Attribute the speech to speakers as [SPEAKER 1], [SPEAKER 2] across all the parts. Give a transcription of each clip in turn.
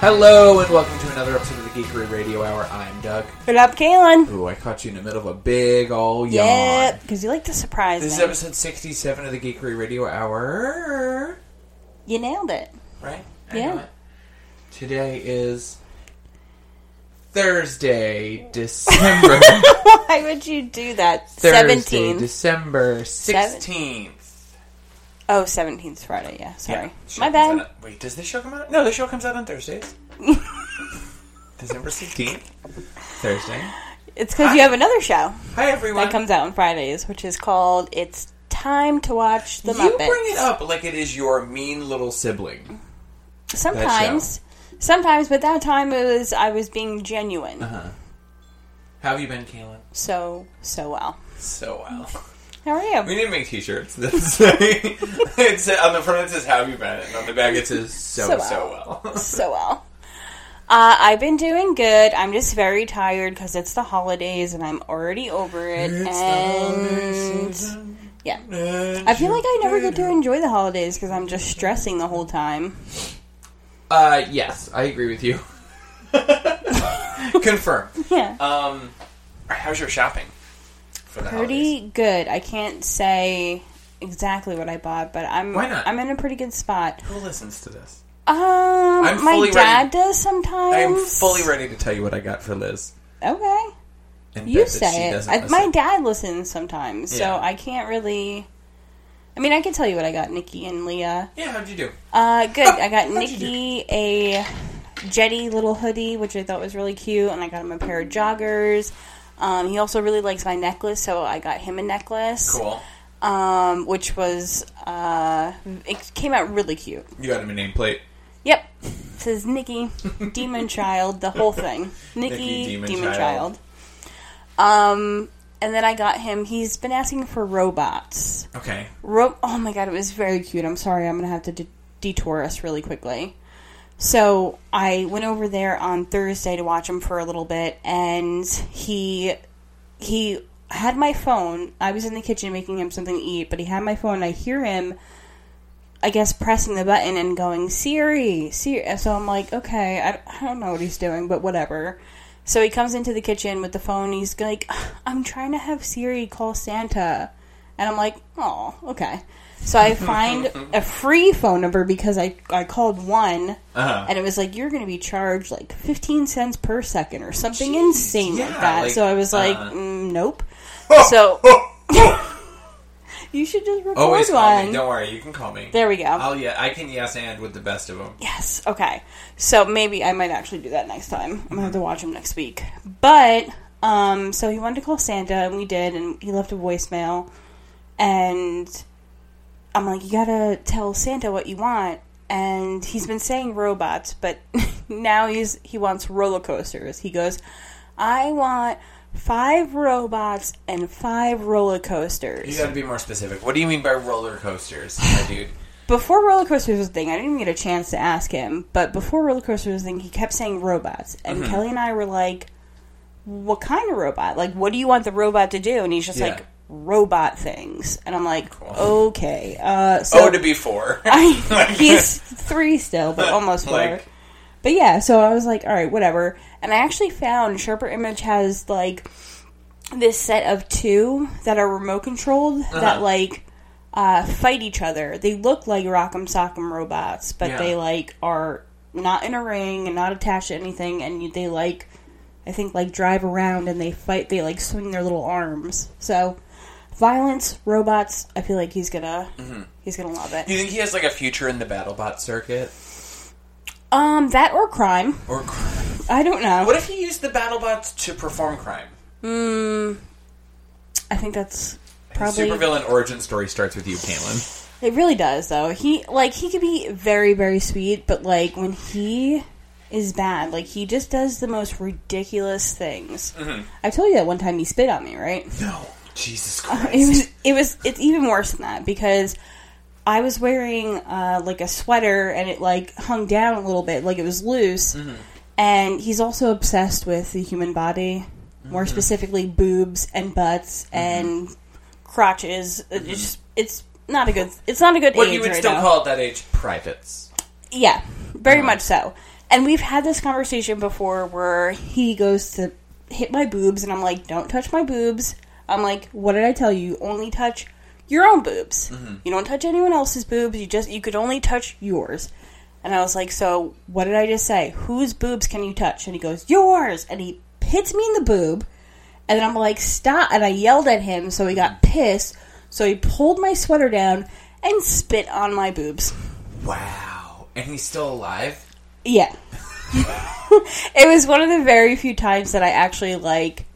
[SPEAKER 1] Hello and welcome to another episode of the Geekery Radio Hour. I'm Doug.
[SPEAKER 2] What up, Kalen?
[SPEAKER 1] Ooh, I caught you in the middle of a big old yawn.
[SPEAKER 2] Yeah, because you like to surprise
[SPEAKER 1] This is
[SPEAKER 2] me.
[SPEAKER 1] episode 67 of the Geekery Radio Hour.
[SPEAKER 2] you nailed it.
[SPEAKER 1] Right?
[SPEAKER 2] Yeah.
[SPEAKER 1] know it. Today is Thursday, December.
[SPEAKER 2] Why would you do that?
[SPEAKER 1] Thursday,
[SPEAKER 2] 17th.
[SPEAKER 1] December 16th.
[SPEAKER 2] Oh, 17th Friday, yeah. Sorry.
[SPEAKER 1] Yeah. Show
[SPEAKER 2] My
[SPEAKER 1] comes
[SPEAKER 2] bad.
[SPEAKER 1] out on- wait, does this show come out? No, the show comes out on Thursdays. December 16th. Thursday.
[SPEAKER 2] It's because you have another show
[SPEAKER 1] Hi, everyone.
[SPEAKER 2] that comes out on Fridays, which is called It's Time to Watch the
[SPEAKER 1] you
[SPEAKER 2] Muppets.
[SPEAKER 1] bring it up like it is your mean little sibling.
[SPEAKER 2] Sometimes. Sometimes, but that time it was I was being genuine.
[SPEAKER 1] How have you been, Kaylin?
[SPEAKER 2] So, so well.
[SPEAKER 1] So well.
[SPEAKER 2] How are you?
[SPEAKER 1] We need to make T-shirts. that say- it's on the front it says "How have you been?" and on the back it says "So so
[SPEAKER 2] So
[SPEAKER 1] well."
[SPEAKER 2] well. so well. Uh, I've been doing good. I'm just very tired because it's the holidays and I'm already over it. and yeah, I feel like I never get to enjoy the holidays because I'm just stressing the whole time.
[SPEAKER 1] Uh, yes, I agree with you. Confirm.
[SPEAKER 2] Yeah,
[SPEAKER 1] Um, how's your shopping for the holidays?
[SPEAKER 2] pretty good. I can't say exactly what I bought, but I'm
[SPEAKER 1] Why not?
[SPEAKER 2] I'm in a pretty good spot.
[SPEAKER 1] Who listens to this?
[SPEAKER 2] Um,
[SPEAKER 1] I'm
[SPEAKER 2] my
[SPEAKER 1] fully
[SPEAKER 2] dad
[SPEAKER 1] ready.
[SPEAKER 2] does sometimes.
[SPEAKER 1] I am fully ready to tell you what I got for Liz.
[SPEAKER 2] Okay,
[SPEAKER 1] And
[SPEAKER 2] you
[SPEAKER 1] bet that she
[SPEAKER 2] say it.
[SPEAKER 1] doesn't
[SPEAKER 2] I,
[SPEAKER 1] listen.
[SPEAKER 2] my dad listens
[SPEAKER 1] Yeah.
[SPEAKER 2] sometimes, so I can't really. I mean, I can tell you what I got, Nikki and Leah.
[SPEAKER 1] yeah, how'd you do?
[SPEAKER 2] Uh, good. I got
[SPEAKER 1] how'd you do?
[SPEAKER 2] Nikki a Jetty little hoodie, which I thought was really cute, and I got him a pair of joggers. Um, he also really likes my necklace, so I got him a necklace,
[SPEAKER 1] Cool.
[SPEAKER 2] um, which was uh, it came out really cute.
[SPEAKER 1] You got him a nameplate.
[SPEAKER 2] Yep, it says Nikki, Demon Child, the whole thing. Nikki,
[SPEAKER 1] Nikki, Demon
[SPEAKER 2] Demon,
[SPEAKER 1] Child.
[SPEAKER 2] Child. Um, and then I got him. He's been asking for robots.
[SPEAKER 1] Okay.
[SPEAKER 2] Ro- oh my god, it was very cute. I'm sorry, I'm gonna have to de- detour us really quickly. So I went over there on Thursday to watch him for a little bit, and he he had my phone. I was in the kitchen making him something to eat, but he had my phone. I hear him, I guess, pressing the button and going Siri, Siri. And So I'm like, okay, I, I don't know what he's doing, but whatever. So he comes into the kitchen with the phone. He's like, I'm trying to have Siri call Santa. And I'm like, oh, okay. So I find a free phone number because I, I called one
[SPEAKER 1] Uh-huh.
[SPEAKER 2] and it was like, you're going to be charged like 15 cents per second or something insane
[SPEAKER 1] yeah,
[SPEAKER 2] like that.
[SPEAKER 1] like,
[SPEAKER 2] so I was like,
[SPEAKER 1] uh,
[SPEAKER 2] mm, nope. so you should just record
[SPEAKER 1] Oh! Always call me.
[SPEAKER 2] one.
[SPEAKER 1] Don't worry, you can call me.
[SPEAKER 2] There we go.
[SPEAKER 1] I'll yeah, I can yes and with the best of them.
[SPEAKER 2] Yes. Okay. So maybe I might actually do that next time. I'm gonna have to watch him next week. But um, so he wanted to call Santa, and we did, and he left a voicemail, and I'm like, you gotta tell Santa what you want, and he's been saying robots, but now he's he wants roller coasters. He goes, I want five robots and five roller coasters.
[SPEAKER 1] You got to be more specific. What do you mean by roller coasters, my dude?
[SPEAKER 2] before roller coasters was a thing, I didn't even get a chance to ask him. But before roller coasters was a thing, he kept saying robots, and
[SPEAKER 1] Mm-hmm.
[SPEAKER 2] Kelly and I were like, "What kind of robot? Like, what do you want the robot to do?" And he's just
[SPEAKER 1] Yeah.
[SPEAKER 2] like, "Robot things," and I'm like,
[SPEAKER 1] Cool.
[SPEAKER 2] "Okay." Uh, so
[SPEAKER 1] Oh, to be four.
[SPEAKER 2] I, he's three still, but almost four.
[SPEAKER 1] Like-
[SPEAKER 2] but yeah, so I was like, all right, whatever. And I actually found Sharper Image has like this set of two that are remote controlled
[SPEAKER 1] Uh-huh.
[SPEAKER 2] that like uh, fight each other. They look like Rock'em Sock'em robots, but
[SPEAKER 1] Yeah.
[SPEAKER 2] they like are not in a ring and not attached to anything, and you- they like I think like drive around and they fight. They like swing their little arms. So violence, robots. I feel like he's gonna
[SPEAKER 1] Mm-hmm.
[SPEAKER 2] he's gonna love it.
[SPEAKER 1] Do you think he has like a future in the BattleBot circuit?
[SPEAKER 2] Um, that or crime.
[SPEAKER 1] Or cr-
[SPEAKER 2] I don't know.
[SPEAKER 1] what if he used the BattleBots to perform crime?
[SPEAKER 2] I think that's
[SPEAKER 1] His
[SPEAKER 2] probably.
[SPEAKER 1] Supervillain origin story starts with you, Caitlin.
[SPEAKER 2] It really does, though. He like he could be very very sweet, but like when he is bad, like he just does the most ridiculous things.
[SPEAKER 1] Mm-hmm.
[SPEAKER 2] I told you that one time he spit on me, right?
[SPEAKER 1] No, Jesus
[SPEAKER 2] It
[SPEAKER 1] Christ.
[SPEAKER 2] was it was it's even worse than that because I was wearing uh, like a sweater and it like hung down a little bit, like it was loose.
[SPEAKER 1] Mm-hmm.
[SPEAKER 2] And he's also obsessed with the human body, more
[SPEAKER 1] Mm-hmm.
[SPEAKER 2] specifically boobs and butts and crotches. It's just it's not a good it's not a good
[SPEAKER 1] Mm-hmm. what
[SPEAKER 2] age
[SPEAKER 1] you would
[SPEAKER 2] right
[SPEAKER 1] still
[SPEAKER 2] now.
[SPEAKER 1] call at that age privates.
[SPEAKER 2] yeah, very much so. And we've had this conversation before where he goes to hit my boobs, and I'm like, don't touch my boobs. I'm like, what did I tell you? Only touch your own boobs. You don't touch anyone else's boobs. You just, you could only touch yours. And I was like, so what did I just say? Whose boobs can you touch? And he goes, yours. And he hits me in the boob. And then I'm like, stop. And I yelled at him, so he got pissed. So he pulled my sweater down and spit on my boobs.
[SPEAKER 1] Wow. And he's still alive?
[SPEAKER 2] Yeah. it was one of the very few times that I actually like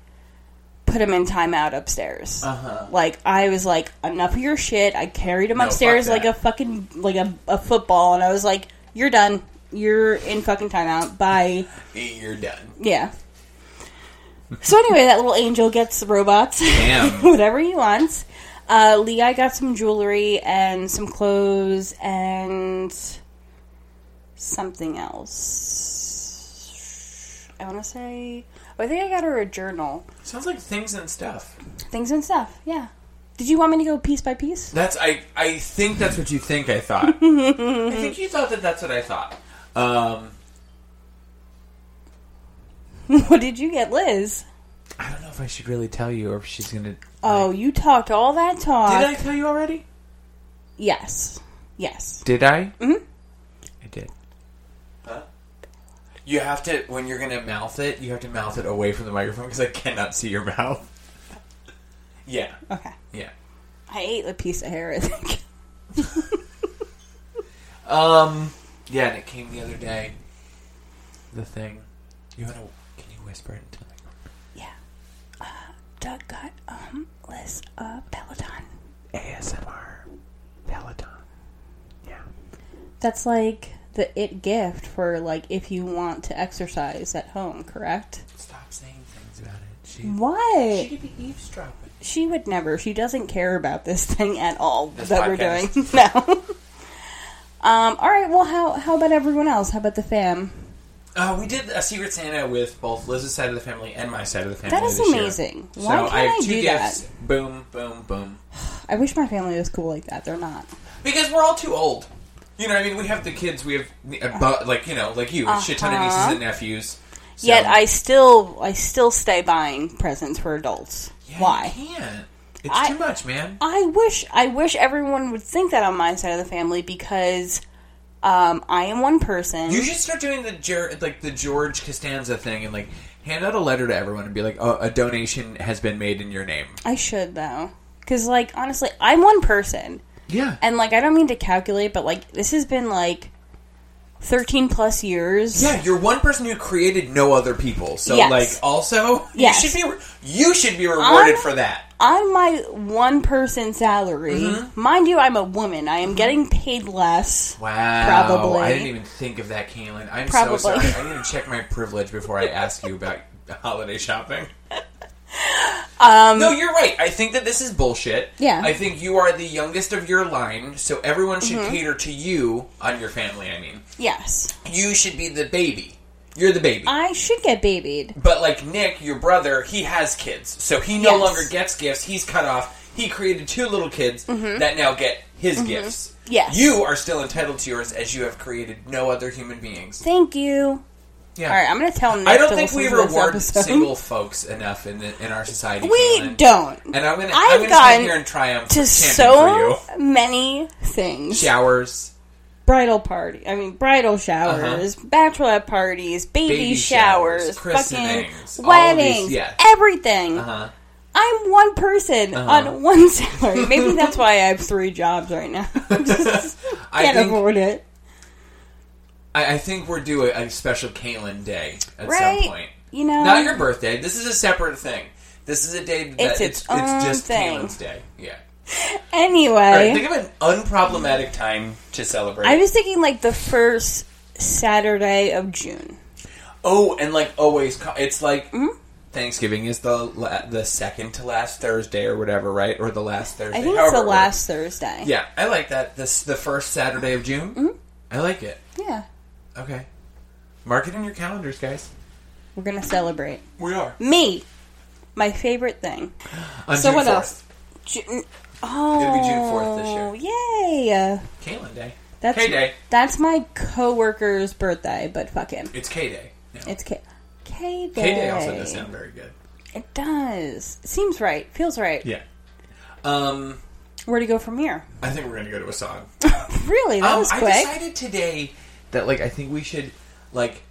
[SPEAKER 2] put him in timeout upstairs.
[SPEAKER 1] Uh-huh.
[SPEAKER 2] Like I was like, enough of your shit. I carried him
[SPEAKER 1] No, fuck
[SPEAKER 2] upstairs like
[SPEAKER 1] that.
[SPEAKER 2] a fucking like a, a football, and I was like, you're done. You're in fucking timeout. Bye.
[SPEAKER 1] You're done.
[SPEAKER 2] Yeah. So anyway, that little angel gets the robots,
[SPEAKER 1] Damn.
[SPEAKER 2] whatever he wants. Uh, Leah got some jewelry and some clothes and something else. I want to say, oh, I think I got her a journal,
[SPEAKER 1] Sounds like things and stuff.
[SPEAKER 2] things and stuff. Yeah. Did you want me to go piece by piece?
[SPEAKER 1] That's I. I think that's what you think. I thought. I think you thought that. That's what I thought. Um,
[SPEAKER 2] what did you get, Liz?
[SPEAKER 1] I don't know if I should really tell you, or if she's gonna.
[SPEAKER 2] Oh, you talked all that talk.
[SPEAKER 1] did I tell you already?
[SPEAKER 2] Yes. Yes.
[SPEAKER 1] Did I?
[SPEAKER 2] Mhm.
[SPEAKER 1] I did. Mm-hmm. Huh? You have to when you're gonna mouth it. You have to mouth it away from the microphone because I cannot see your mouth. yeah.
[SPEAKER 2] Okay.
[SPEAKER 1] Yeah.
[SPEAKER 2] I ate a piece of hair. I think.
[SPEAKER 1] Um. Yeah, and it came the other day. The thing. You wanna? Can you whisper it into the microphone?
[SPEAKER 2] Yeah. Uh, Doug got um Liz a Peloton.
[SPEAKER 1] ASMR. Peloton. Yeah.
[SPEAKER 2] That's like the it gift for like if you want to exercise at home, correct?
[SPEAKER 1] Stop saying things about it. She,
[SPEAKER 2] Mm.
[SPEAKER 1] she
[SPEAKER 2] What?
[SPEAKER 1] could be eavesdropping.
[SPEAKER 2] She would never. She doesn't care about this thing at all
[SPEAKER 1] This
[SPEAKER 2] that we're doing. No. um. All right. Well, how how about everyone else? How about the fam?
[SPEAKER 1] Uh, we did a Secret Santa with both Liz's side of the family and my side of the family.
[SPEAKER 2] That is
[SPEAKER 1] this year.
[SPEAKER 2] amazing.
[SPEAKER 1] So
[SPEAKER 2] Why
[SPEAKER 1] I
[SPEAKER 2] can't I,
[SPEAKER 1] have two
[SPEAKER 2] do
[SPEAKER 1] gifts.
[SPEAKER 2] that?
[SPEAKER 1] Boom, boom, boom.
[SPEAKER 2] I wish my family was cool like that. They're not.
[SPEAKER 1] Because we're all too old. You know, what I mean, we have the kids. We have, uh, bu- like, you know, like you, a shit ton of nieces
[SPEAKER 2] Uh-huh.
[SPEAKER 1] and nephews. So-
[SPEAKER 2] Yet I still I still stay buying presents for adults.
[SPEAKER 1] Yeah,
[SPEAKER 2] Why?
[SPEAKER 1] You can't. It's
[SPEAKER 2] I-
[SPEAKER 1] too much, man.
[SPEAKER 2] I wish I wish everyone would think that on my side of the family because um, I am one person.
[SPEAKER 1] You should start doing the Ger- like the George Costanza thing and like hand out a letter to everyone and be like, oh, a donation has been made in your name.
[SPEAKER 2] I should though, because like honestly, I'm one person,
[SPEAKER 1] Yeah.
[SPEAKER 2] and like I don't mean to calculate, but like this has been like thirteen plus years.
[SPEAKER 1] Yeah, you're one person who created no other people. So
[SPEAKER 2] Yes.
[SPEAKER 1] like also
[SPEAKER 2] Yes.
[SPEAKER 1] you should be re- you should be rewarded
[SPEAKER 2] I'm-
[SPEAKER 1] for that.
[SPEAKER 2] On my one person salary,
[SPEAKER 1] Mm-hmm.
[SPEAKER 2] mind you, I'm a woman. I am getting paid less.
[SPEAKER 1] Wow.
[SPEAKER 2] Probably.
[SPEAKER 1] I didn't even think of that, Caitlin. I'm
[SPEAKER 2] Probably.
[SPEAKER 1] so sorry. I need to check my privilege before I ask you about holiday shopping. Um, no, you're right. I think that this is bullshit.
[SPEAKER 2] Yeah.
[SPEAKER 1] I think you are the youngest of your line, so everyone should
[SPEAKER 2] Mm-hmm.
[SPEAKER 1] cater to you on your family, I mean.
[SPEAKER 2] Yes,
[SPEAKER 1] You should be the baby. You're the baby.
[SPEAKER 2] I should get babied.
[SPEAKER 1] But like Nick, your brother, he has kids, so he no
[SPEAKER 2] Yes.
[SPEAKER 1] longer gets gifts. He's cut off. He created two little kids that now get his gifts.
[SPEAKER 2] Mm-hmm. Yes.
[SPEAKER 1] you are still entitled to yours as you have created no other human beings.
[SPEAKER 2] Thank you.
[SPEAKER 1] Yeah,
[SPEAKER 2] All right, I'm gonna tell. Nick
[SPEAKER 1] I don't
[SPEAKER 2] to
[SPEAKER 1] think
[SPEAKER 2] listen
[SPEAKER 1] we
[SPEAKER 2] to this
[SPEAKER 1] reward
[SPEAKER 2] episode.
[SPEAKER 1] single folks enough in the, in our society.
[SPEAKER 2] We
[SPEAKER 1] Caitlin.
[SPEAKER 2] don't.
[SPEAKER 1] And I'm gonna
[SPEAKER 2] I've
[SPEAKER 1] I'm gonna
[SPEAKER 2] gotten
[SPEAKER 1] stand here and triumph
[SPEAKER 2] to
[SPEAKER 1] champion
[SPEAKER 2] so
[SPEAKER 1] for
[SPEAKER 2] many
[SPEAKER 1] you.
[SPEAKER 2] things.
[SPEAKER 1] Showers,
[SPEAKER 2] Bridal party. I mean, bridal showers, bachelorette parties, baby,
[SPEAKER 1] Uh-huh. Baby
[SPEAKER 2] showers,
[SPEAKER 1] showers,
[SPEAKER 2] fucking
[SPEAKER 1] christenings, all of these-
[SPEAKER 2] weddings,
[SPEAKER 1] yeah. Uh-huh.
[SPEAKER 2] everything.
[SPEAKER 1] uh,
[SPEAKER 2] I'm one person on one salary. Maybe that's why I have three jobs right now. Just
[SPEAKER 1] I
[SPEAKER 2] can't
[SPEAKER 1] think
[SPEAKER 2] afford it.
[SPEAKER 1] I, I think we're due a, a special Caitlin day at
[SPEAKER 2] Right?
[SPEAKER 1] some point.
[SPEAKER 2] You know,
[SPEAKER 1] Not your birthday. This is a separate thing. This is a day that
[SPEAKER 2] Um, It's
[SPEAKER 1] it's, it's,
[SPEAKER 2] its own
[SPEAKER 1] just
[SPEAKER 2] thing.
[SPEAKER 1] Caitlin's day. Yeah. All right,
[SPEAKER 2] anyway,
[SPEAKER 1] think of an unproblematic time to celebrate.
[SPEAKER 2] I was thinking like the first Saturday of June.
[SPEAKER 1] oh, and like always, co- it's like
[SPEAKER 2] Mm-hmm.
[SPEAKER 1] Thanksgiving is the la- the second to last Thursday or whatever, right? Or the last Thursday.
[SPEAKER 2] I think it's
[SPEAKER 1] however
[SPEAKER 2] the
[SPEAKER 1] it works.
[SPEAKER 2] last Thursday.
[SPEAKER 1] Yeah, I like that. This the first Saturday of June.
[SPEAKER 2] Mm-hmm.
[SPEAKER 1] I like it.
[SPEAKER 2] yeah,
[SPEAKER 1] Okay, mark it in your calendars, guys.
[SPEAKER 2] we're gonna celebrate.
[SPEAKER 1] We are.
[SPEAKER 2] Me, my favorite thing.
[SPEAKER 1] On
[SPEAKER 2] Mm-hmm. So
[SPEAKER 1] June
[SPEAKER 2] what
[SPEAKER 1] 4th,
[SPEAKER 2] else? June, oh,
[SPEAKER 1] June 4th this
[SPEAKER 2] Yay! Uh,
[SPEAKER 1] Caitlin Day.
[SPEAKER 2] That's
[SPEAKER 1] K-Day.
[SPEAKER 2] That's my coworker's birthday, but fuck him.
[SPEAKER 1] It's K Day.
[SPEAKER 2] It's K. K Day.
[SPEAKER 1] K Day also doesn't sound very good.
[SPEAKER 2] It does. Seems right. Feels right.
[SPEAKER 1] Yeah. Um,
[SPEAKER 2] Where to go from here?
[SPEAKER 1] I think we're gonna go to a song.
[SPEAKER 2] Really? That was
[SPEAKER 1] Um, I
[SPEAKER 2] quick.
[SPEAKER 1] decided today that like I think we should like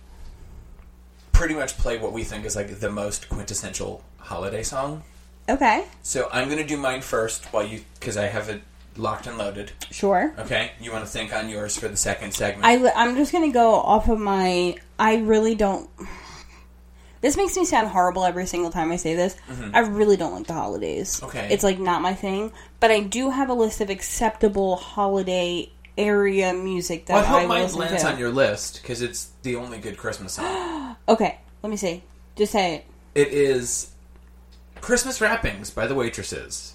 [SPEAKER 1] pretty much play what we think is like the most quintessential holiday song.
[SPEAKER 2] Okay.
[SPEAKER 1] So I'm gonna do mine first while you because I have it locked and loaded.
[SPEAKER 2] Sure.
[SPEAKER 1] Okay, you want to think on yours for the second segment?
[SPEAKER 2] I, am just going to go off of my. I really don't. This makes me sound horrible every single time I say this. I really don't like the holidays.
[SPEAKER 1] Mm-hmm. Okay.
[SPEAKER 2] It's like not my thing. But I do have a list of acceptable holiday area music that
[SPEAKER 1] Well, I hope
[SPEAKER 2] will
[SPEAKER 1] mine
[SPEAKER 2] listen
[SPEAKER 1] lands
[SPEAKER 2] to.
[SPEAKER 1] on your list because it's the only good Christmas song.
[SPEAKER 2] okay. Let me see. Just say it.
[SPEAKER 1] it is Christmas Wrappings by the Waitresses.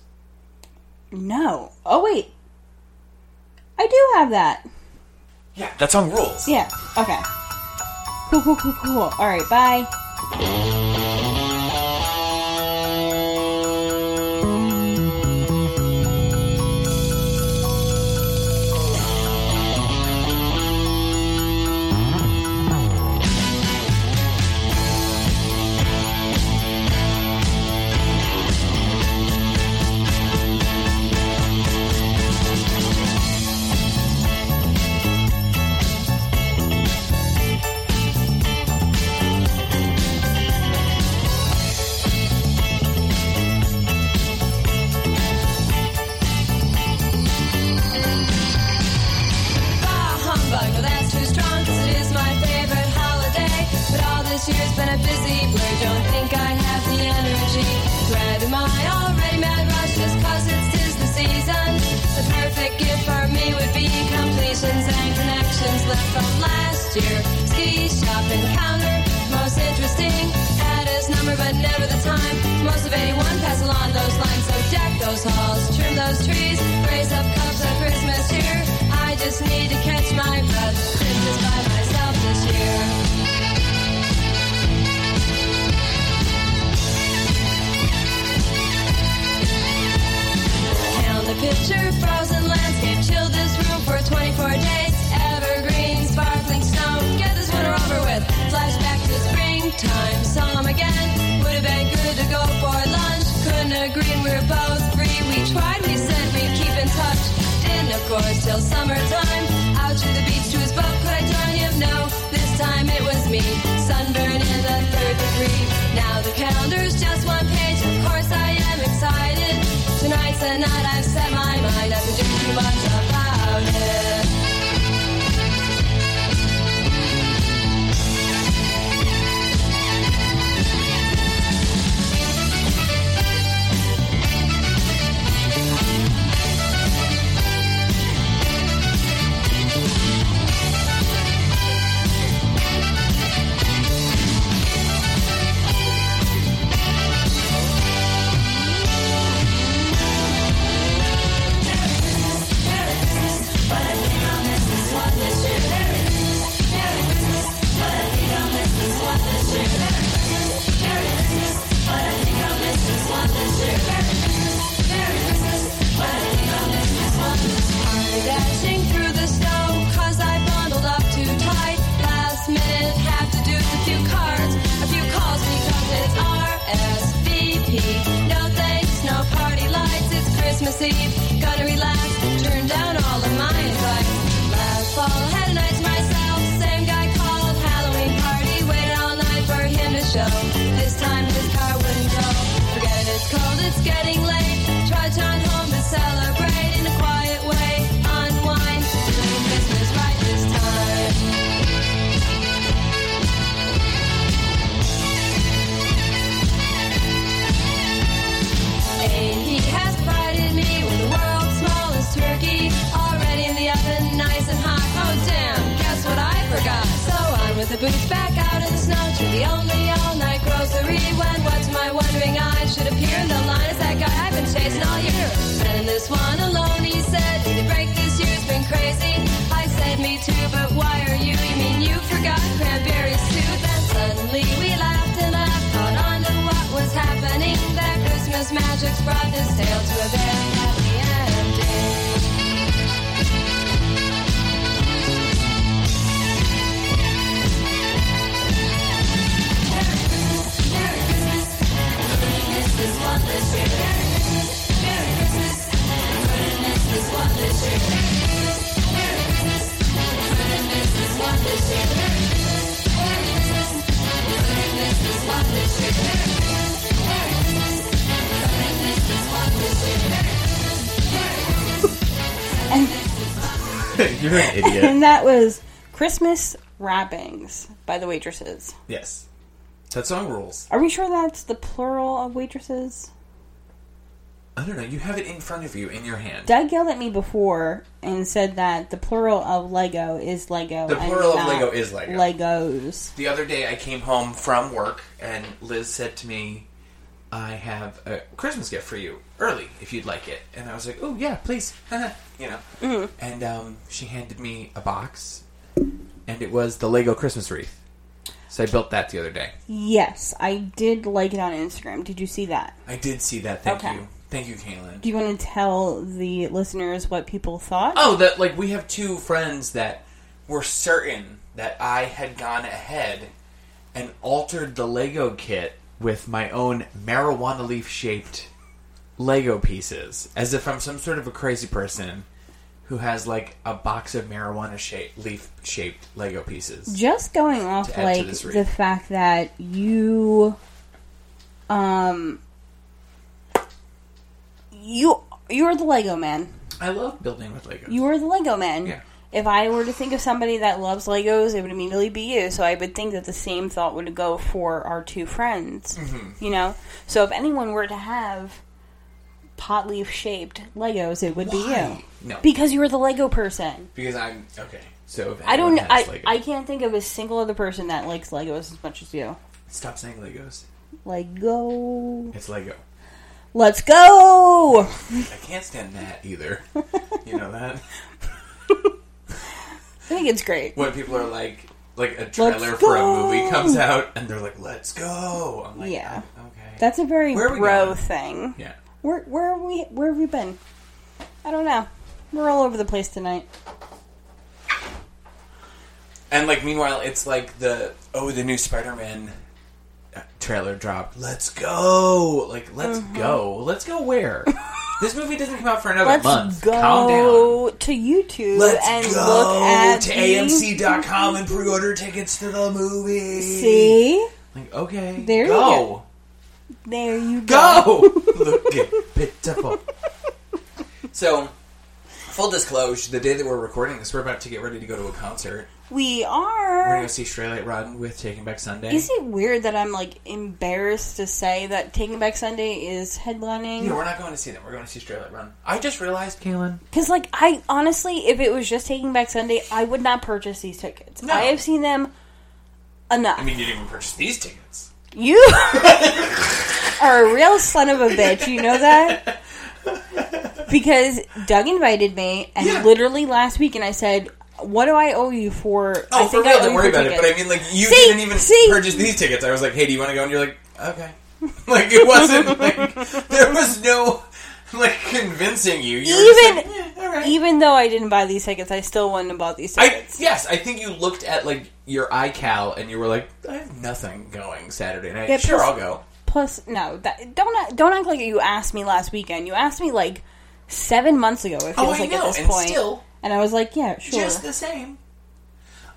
[SPEAKER 2] No. Oh, wait. I do have that.
[SPEAKER 1] Yeah, that song rules.
[SPEAKER 2] Yeah. Okay. Cool, cool, cool, cool. All right. Bye.
[SPEAKER 3] Bah humbug, well that's too strong 'cause it is my favorite holiday. But all this year's been a busy blur, don't think I have the energy. Red am I already mad rush just cause it's tis the season. The perfect gift for me would be completions and connections left from last year. Ski shop encounter, most interesting. Had his number but never the time. Most of 81 pass along those lines, so deck those halls, trim those trees, raise up cups of Christmas cheer. I just need to catch my breath. Christmas by myself this year. Count the picture, frozen landscape, chill this room for 24 days. Evergreen, sparkling snow, get this winter over with. Flashback to springtime, some again. Would have been good to go for lunch. Couldn't agree, we were both free. We tried, we said we'd keep in touch. Didn't, of course, till summertime. Out to the beach to his boat, could I join him? No, this time it was me. Sunburn in the third degree. Now the calendar's just one page, of course I am excited. Tonight's the night I've set my mind. I've been doing too much about it. dashing through the snow cause I bundled up too tight. Last minute had to do a few cards, a few calls because it's RSVP. No thanks, no party lights, it's Christmas Eve. Gotta relax, turn down all of my advice. Last fall had a night to myself, same guy called Halloween party, waited all night for him to show. This time his car wouldn't go. Forget it's cold, it's getting late. Trudge on home to celebrate in a quiet way. Unwind, doing business right this time. And he has provided me with the world's smallest turkey, already in the oven, nice and hot. Oh damn, guess what I forgot? So on with the boots back out in the snow to the only all-night grocery. When what to my wondering eyes should appear in the line is that guy I've been chasing all year. And this one alone, he said, the break this year's been crazy. I said me too, but why are you? You mean you forgot cranberry stew? Then suddenly we laughed and I caught on to what was happening. That Christmas magic's brought this tale to a very happy ending.
[SPEAKER 2] And,
[SPEAKER 1] You're an idiot.
[SPEAKER 2] and that was Christmas Wrappings by the Waitresses.
[SPEAKER 1] yes. That song rules.
[SPEAKER 2] Are we sure that's the plural of waitresses?
[SPEAKER 1] I don't know. You have it in front of you, in your hand.
[SPEAKER 2] Doug yelled at me before and said that the plural of Lego is Lego.
[SPEAKER 1] The
[SPEAKER 2] and
[SPEAKER 1] plural of
[SPEAKER 2] not
[SPEAKER 1] Lego is Lego.
[SPEAKER 2] Legos.
[SPEAKER 1] The other day, I came home from work, and Liz said to me, "I have a Christmas gift for you early, if you'd like it." And I was like, "Oh yeah, please," you know. And um, she handed me a box, and it was the Lego Christmas wreath. So I built that the other day.
[SPEAKER 2] Yes, I did like it on Instagram. Did you see that?
[SPEAKER 1] I did see that. Thank
[SPEAKER 2] Okay.
[SPEAKER 1] you, thank you, Kaylin.
[SPEAKER 2] Do you want to tell the listeners what people thought?
[SPEAKER 1] Oh, that like we have two friends that were certain that I had gone ahead and altered the Lego kit with my own marijuana leaf shaped Lego pieces, as if I'm some sort of a crazy person who has like a box of marijuana shape, leaf shaped Lego pieces.
[SPEAKER 2] Just going off
[SPEAKER 1] To add to
[SPEAKER 2] like
[SPEAKER 1] this
[SPEAKER 2] the
[SPEAKER 1] read.
[SPEAKER 2] fact that you um you you're the Lego man.
[SPEAKER 1] I love building with Legos.
[SPEAKER 2] You are the Lego man.
[SPEAKER 1] Yeah.
[SPEAKER 2] If I were to think of somebody that loves Legos, it would immediately be you. So I would think that the same thought would go for our two friends.
[SPEAKER 1] Mm-hmm.
[SPEAKER 2] You know? So if anyone were to have pot leaf shaped Legos, it would
[SPEAKER 1] Why?
[SPEAKER 2] be you.
[SPEAKER 1] No.
[SPEAKER 2] Because you're the Lego person.
[SPEAKER 1] because I'm okay. So if
[SPEAKER 2] I
[SPEAKER 1] anyone
[SPEAKER 2] don't
[SPEAKER 1] has
[SPEAKER 2] I,
[SPEAKER 1] Lego-
[SPEAKER 2] I can't think of a single other person that likes Legos as much as you.
[SPEAKER 1] stop saying Legos.
[SPEAKER 2] Lego.
[SPEAKER 1] It's Lego.
[SPEAKER 2] Let's go.
[SPEAKER 1] I can't stand that either. you know that.
[SPEAKER 2] I think it's great.
[SPEAKER 1] when people are like like a trailer
[SPEAKER 2] Let's
[SPEAKER 1] for a
[SPEAKER 2] go.
[SPEAKER 1] movie comes out and they're like let's go i'm like
[SPEAKER 2] Yeah.
[SPEAKER 1] "Oh, okay
[SPEAKER 2] That's a very
[SPEAKER 1] Where are we
[SPEAKER 2] bro
[SPEAKER 1] going?
[SPEAKER 2] thing.
[SPEAKER 1] yeah
[SPEAKER 2] Where where are we where have we been? I don't know. We're all over the place tonight.
[SPEAKER 1] and like meanwhile it's like the oh the new spider-man uh, trailer dropped let's go like let's
[SPEAKER 2] Mm-hmm.
[SPEAKER 1] go let's go where this movie doesn't come out for another
[SPEAKER 2] Let's
[SPEAKER 1] month calm down
[SPEAKER 2] go to YouTube
[SPEAKER 1] Let's
[SPEAKER 2] and
[SPEAKER 1] go
[SPEAKER 2] look at
[SPEAKER 1] to
[SPEAKER 2] the-
[SPEAKER 1] AMC.com and pre-order tickets to the movie.
[SPEAKER 2] See,
[SPEAKER 1] like okay,
[SPEAKER 2] There you
[SPEAKER 1] go.
[SPEAKER 2] go. there you go.
[SPEAKER 1] Go! Looking pitiful. So, full disclosure, the day that we're recording this, we're about to get ready to go to a concert.
[SPEAKER 2] We
[SPEAKER 1] We're
[SPEAKER 2] are.
[SPEAKER 1] going to see Straylight Run with Taking Back Sunday.
[SPEAKER 2] Is it weird that I'm like embarrassed to say that Taking Back Sunday is headlining?
[SPEAKER 1] no, we're not going to see them. We're going to see Straylight Run. I just realized, Kaylin.
[SPEAKER 2] Because, like, I honestly, if it was just Taking Back Sunday, I would not purchase these tickets.
[SPEAKER 1] No.
[SPEAKER 2] I have seen them enough.
[SPEAKER 1] I mean, you didn't even purchase these tickets.
[SPEAKER 2] you are a real son of a bitch. You know that? Because Doug invited me, and
[SPEAKER 1] Yeah.
[SPEAKER 2] literally last week, and I said, "What do I owe you for?"
[SPEAKER 1] Oh, for real,
[SPEAKER 2] I owe
[SPEAKER 1] don't
[SPEAKER 2] you
[SPEAKER 1] worry
[SPEAKER 2] for
[SPEAKER 1] about it. But I
[SPEAKER 2] tickets."
[SPEAKER 1] mean, like, you
[SPEAKER 2] See?
[SPEAKER 1] didn't even
[SPEAKER 2] See?
[SPEAKER 1] purchase these tickets. I was like, hey, do you want to go? And you're like, okay. Like, it wasn't, like, there was no, like, convincing you. you were just
[SPEAKER 2] Even-
[SPEAKER 1] like, "Eh, all right."
[SPEAKER 2] even though I didn't buy these tickets, I still wouldn't have bought these
[SPEAKER 1] I,
[SPEAKER 2] tickets.
[SPEAKER 1] yes, I think you looked at like your iCal and you were like, I have nothing going Saturday night.
[SPEAKER 2] Yeah,
[SPEAKER 1] sure,
[SPEAKER 2] plus-
[SPEAKER 1] I'll go.
[SPEAKER 2] Plus, no, that, don't act- don't act like you asked me last weekend. You asked me like seven months ago. It feels
[SPEAKER 1] Oh, I
[SPEAKER 2] like
[SPEAKER 1] know,
[SPEAKER 2] at this
[SPEAKER 1] and
[SPEAKER 2] point.
[SPEAKER 1] still-
[SPEAKER 2] and I was like, yeah, sure.
[SPEAKER 1] Just the same.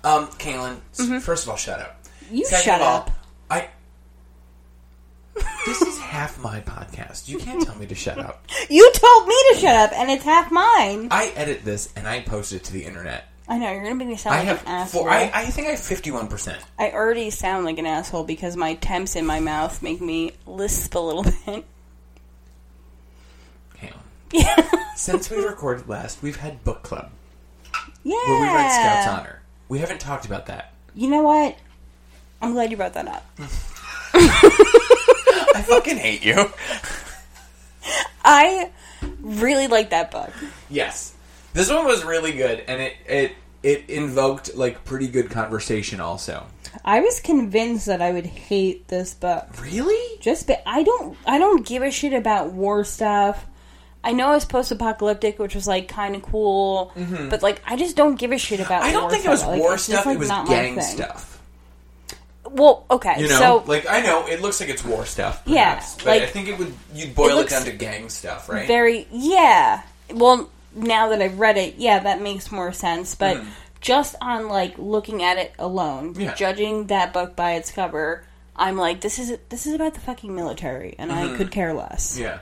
[SPEAKER 1] Um, Kaylin, s- first of all, shut up.
[SPEAKER 2] you
[SPEAKER 1] Second
[SPEAKER 2] shut
[SPEAKER 1] of all,
[SPEAKER 2] up.
[SPEAKER 1] I. This is half my podcast. You can't tell me to shut up.
[SPEAKER 2] You told me to shut up, and it's half mine.
[SPEAKER 1] I edit this and I post it to the internet.
[SPEAKER 2] I know you're gonna make me sound
[SPEAKER 1] I
[SPEAKER 2] like an
[SPEAKER 1] have.
[SPEAKER 2] asshole.
[SPEAKER 1] Four, I, I think I have fifty-one percent.
[SPEAKER 2] I already sound like an asshole because my temps in my mouth make me lisp a little bit.
[SPEAKER 1] Kaylin,
[SPEAKER 2] yeah.
[SPEAKER 1] since we recorded last, we've had book club
[SPEAKER 2] Yeah.
[SPEAKER 1] where we read Scout's Honor. We haven't talked about that.
[SPEAKER 2] You know what? I'm glad you brought that up.
[SPEAKER 1] I fucking hate you.
[SPEAKER 2] I really like that book.
[SPEAKER 1] Yes. This one was really good and it it it invoked like pretty good conversation also.
[SPEAKER 2] I was convinced that I would hate this book.
[SPEAKER 1] Really?
[SPEAKER 2] Just be- I don't I don't give a shit about war stuff. I know it's post apocalyptic, which was like kind of cool, but like I just don't give a shit about.
[SPEAKER 1] Mm-hmm. I don't
[SPEAKER 2] war
[SPEAKER 1] think it
[SPEAKER 2] stuff.
[SPEAKER 1] was
[SPEAKER 2] Like,
[SPEAKER 1] war
[SPEAKER 2] it's just,
[SPEAKER 1] stuff,
[SPEAKER 2] like,
[SPEAKER 1] it was
[SPEAKER 2] not my
[SPEAKER 1] gang
[SPEAKER 2] thing.
[SPEAKER 1] stuff.
[SPEAKER 2] Well, okay,
[SPEAKER 1] You know,
[SPEAKER 2] so
[SPEAKER 1] like I know it looks like it's war stuff,
[SPEAKER 2] Yeah,
[SPEAKER 1] perhaps, but I
[SPEAKER 2] like,
[SPEAKER 1] think it would you'd boil it,
[SPEAKER 2] looks
[SPEAKER 1] down to gang stuff, right?
[SPEAKER 2] very yeah well now that i've read it yeah that makes more sense but just on like looking at it alone
[SPEAKER 1] Hmm. Yeah.
[SPEAKER 2] judging that book by its cover i'm like this is this is about the fucking military and
[SPEAKER 1] Hmm.
[SPEAKER 2] i could care less
[SPEAKER 1] yeah.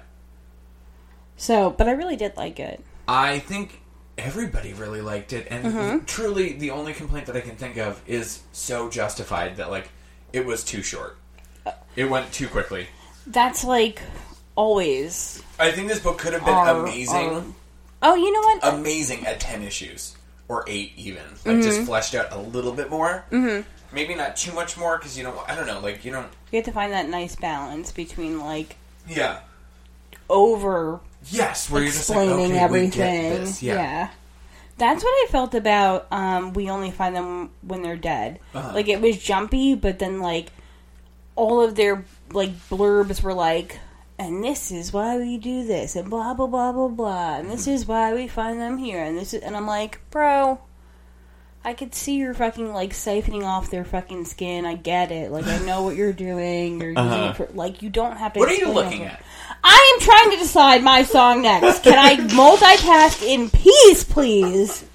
[SPEAKER 2] so but i really did like it
[SPEAKER 1] I think everybody really liked it, and
[SPEAKER 2] Mm-hmm.
[SPEAKER 1] truly, the only complaint that I can think of is so justified that like it was too short. It went too quickly.
[SPEAKER 2] That's like always.
[SPEAKER 1] I think this book could have been
[SPEAKER 2] our- our-
[SPEAKER 1] amazing,
[SPEAKER 2] oh, you know what?
[SPEAKER 1] amazing at ten issues or eight even, like
[SPEAKER 2] Mm-hmm.
[SPEAKER 1] just fleshed out a little bit more. Mm-hmm. Maybe not too much more because you don't. I don't know. Like you don't.
[SPEAKER 2] you have to find that nice balance between like
[SPEAKER 1] Yeah.
[SPEAKER 2] over
[SPEAKER 1] Yes, where you're just like,
[SPEAKER 2] explaining
[SPEAKER 1] okay,
[SPEAKER 2] everything.
[SPEAKER 1] we get this.
[SPEAKER 2] yeah.
[SPEAKER 1] Yeah.
[SPEAKER 2] That's what I felt about um, We Only Find Them When They're Dead.
[SPEAKER 1] Uh-huh.
[SPEAKER 2] Like, it was jumpy, but then, like, all of their, like, blurbs were like, and this is why we do this, and blah, blah, blah, blah, blah, and
[SPEAKER 1] Hmm.
[SPEAKER 2] this is why we find them here, and this is, and I'm like, bro, I could see you're fucking, like, siphoning off their fucking skin. I get it. Like, I know what you're doing. You're using it for, like, you don't have to.
[SPEAKER 1] Uh-huh. What are you
[SPEAKER 2] explain
[SPEAKER 1] looking
[SPEAKER 2] everything.
[SPEAKER 1] at?
[SPEAKER 2] I am trying to decide my song next. Can I multitask in peace, please?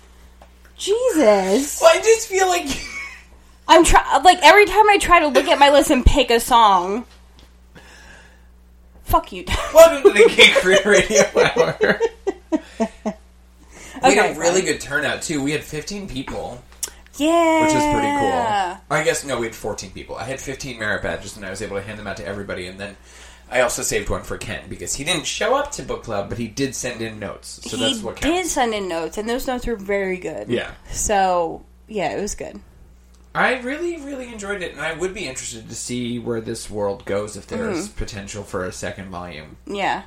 [SPEAKER 2] Jesus.
[SPEAKER 1] Well, I just feel like
[SPEAKER 2] I'm try like every time I try to look at my list and pick a song. Fuck you.
[SPEAKER 1] welcome to the Gay Career Radio Hour. we had
[SPEAKER 2] Okay,
[SPEAKER 1] a really good turnout too. We had 15 people,
[SPEAKER 2] yeah.
[SPEAKER 1] which is pretty cool. I guess no, we had 14 people. I had 15 merit badges, and I was able to hand them out to everybody. And then I also saved one for Ken because he didn't show up to book club, but he did send in notes. So
[SPEAKER 2] he
[SPEAKER 1] that's what counts.
[SPEAKER 2] did send in notes, and those notes were very good.
[SPEAKER 1] Yeah,
[SPEAKER 2] So yeah, it was good.
[SPEAKER 1] I really, really enjoyed it, and I would be interested to see where this world goes if there's
[SPEAKER 2] Mm-hmm.
[SPEAKER 1] potential for a second volume.
[SPEAKER 2] Yeah.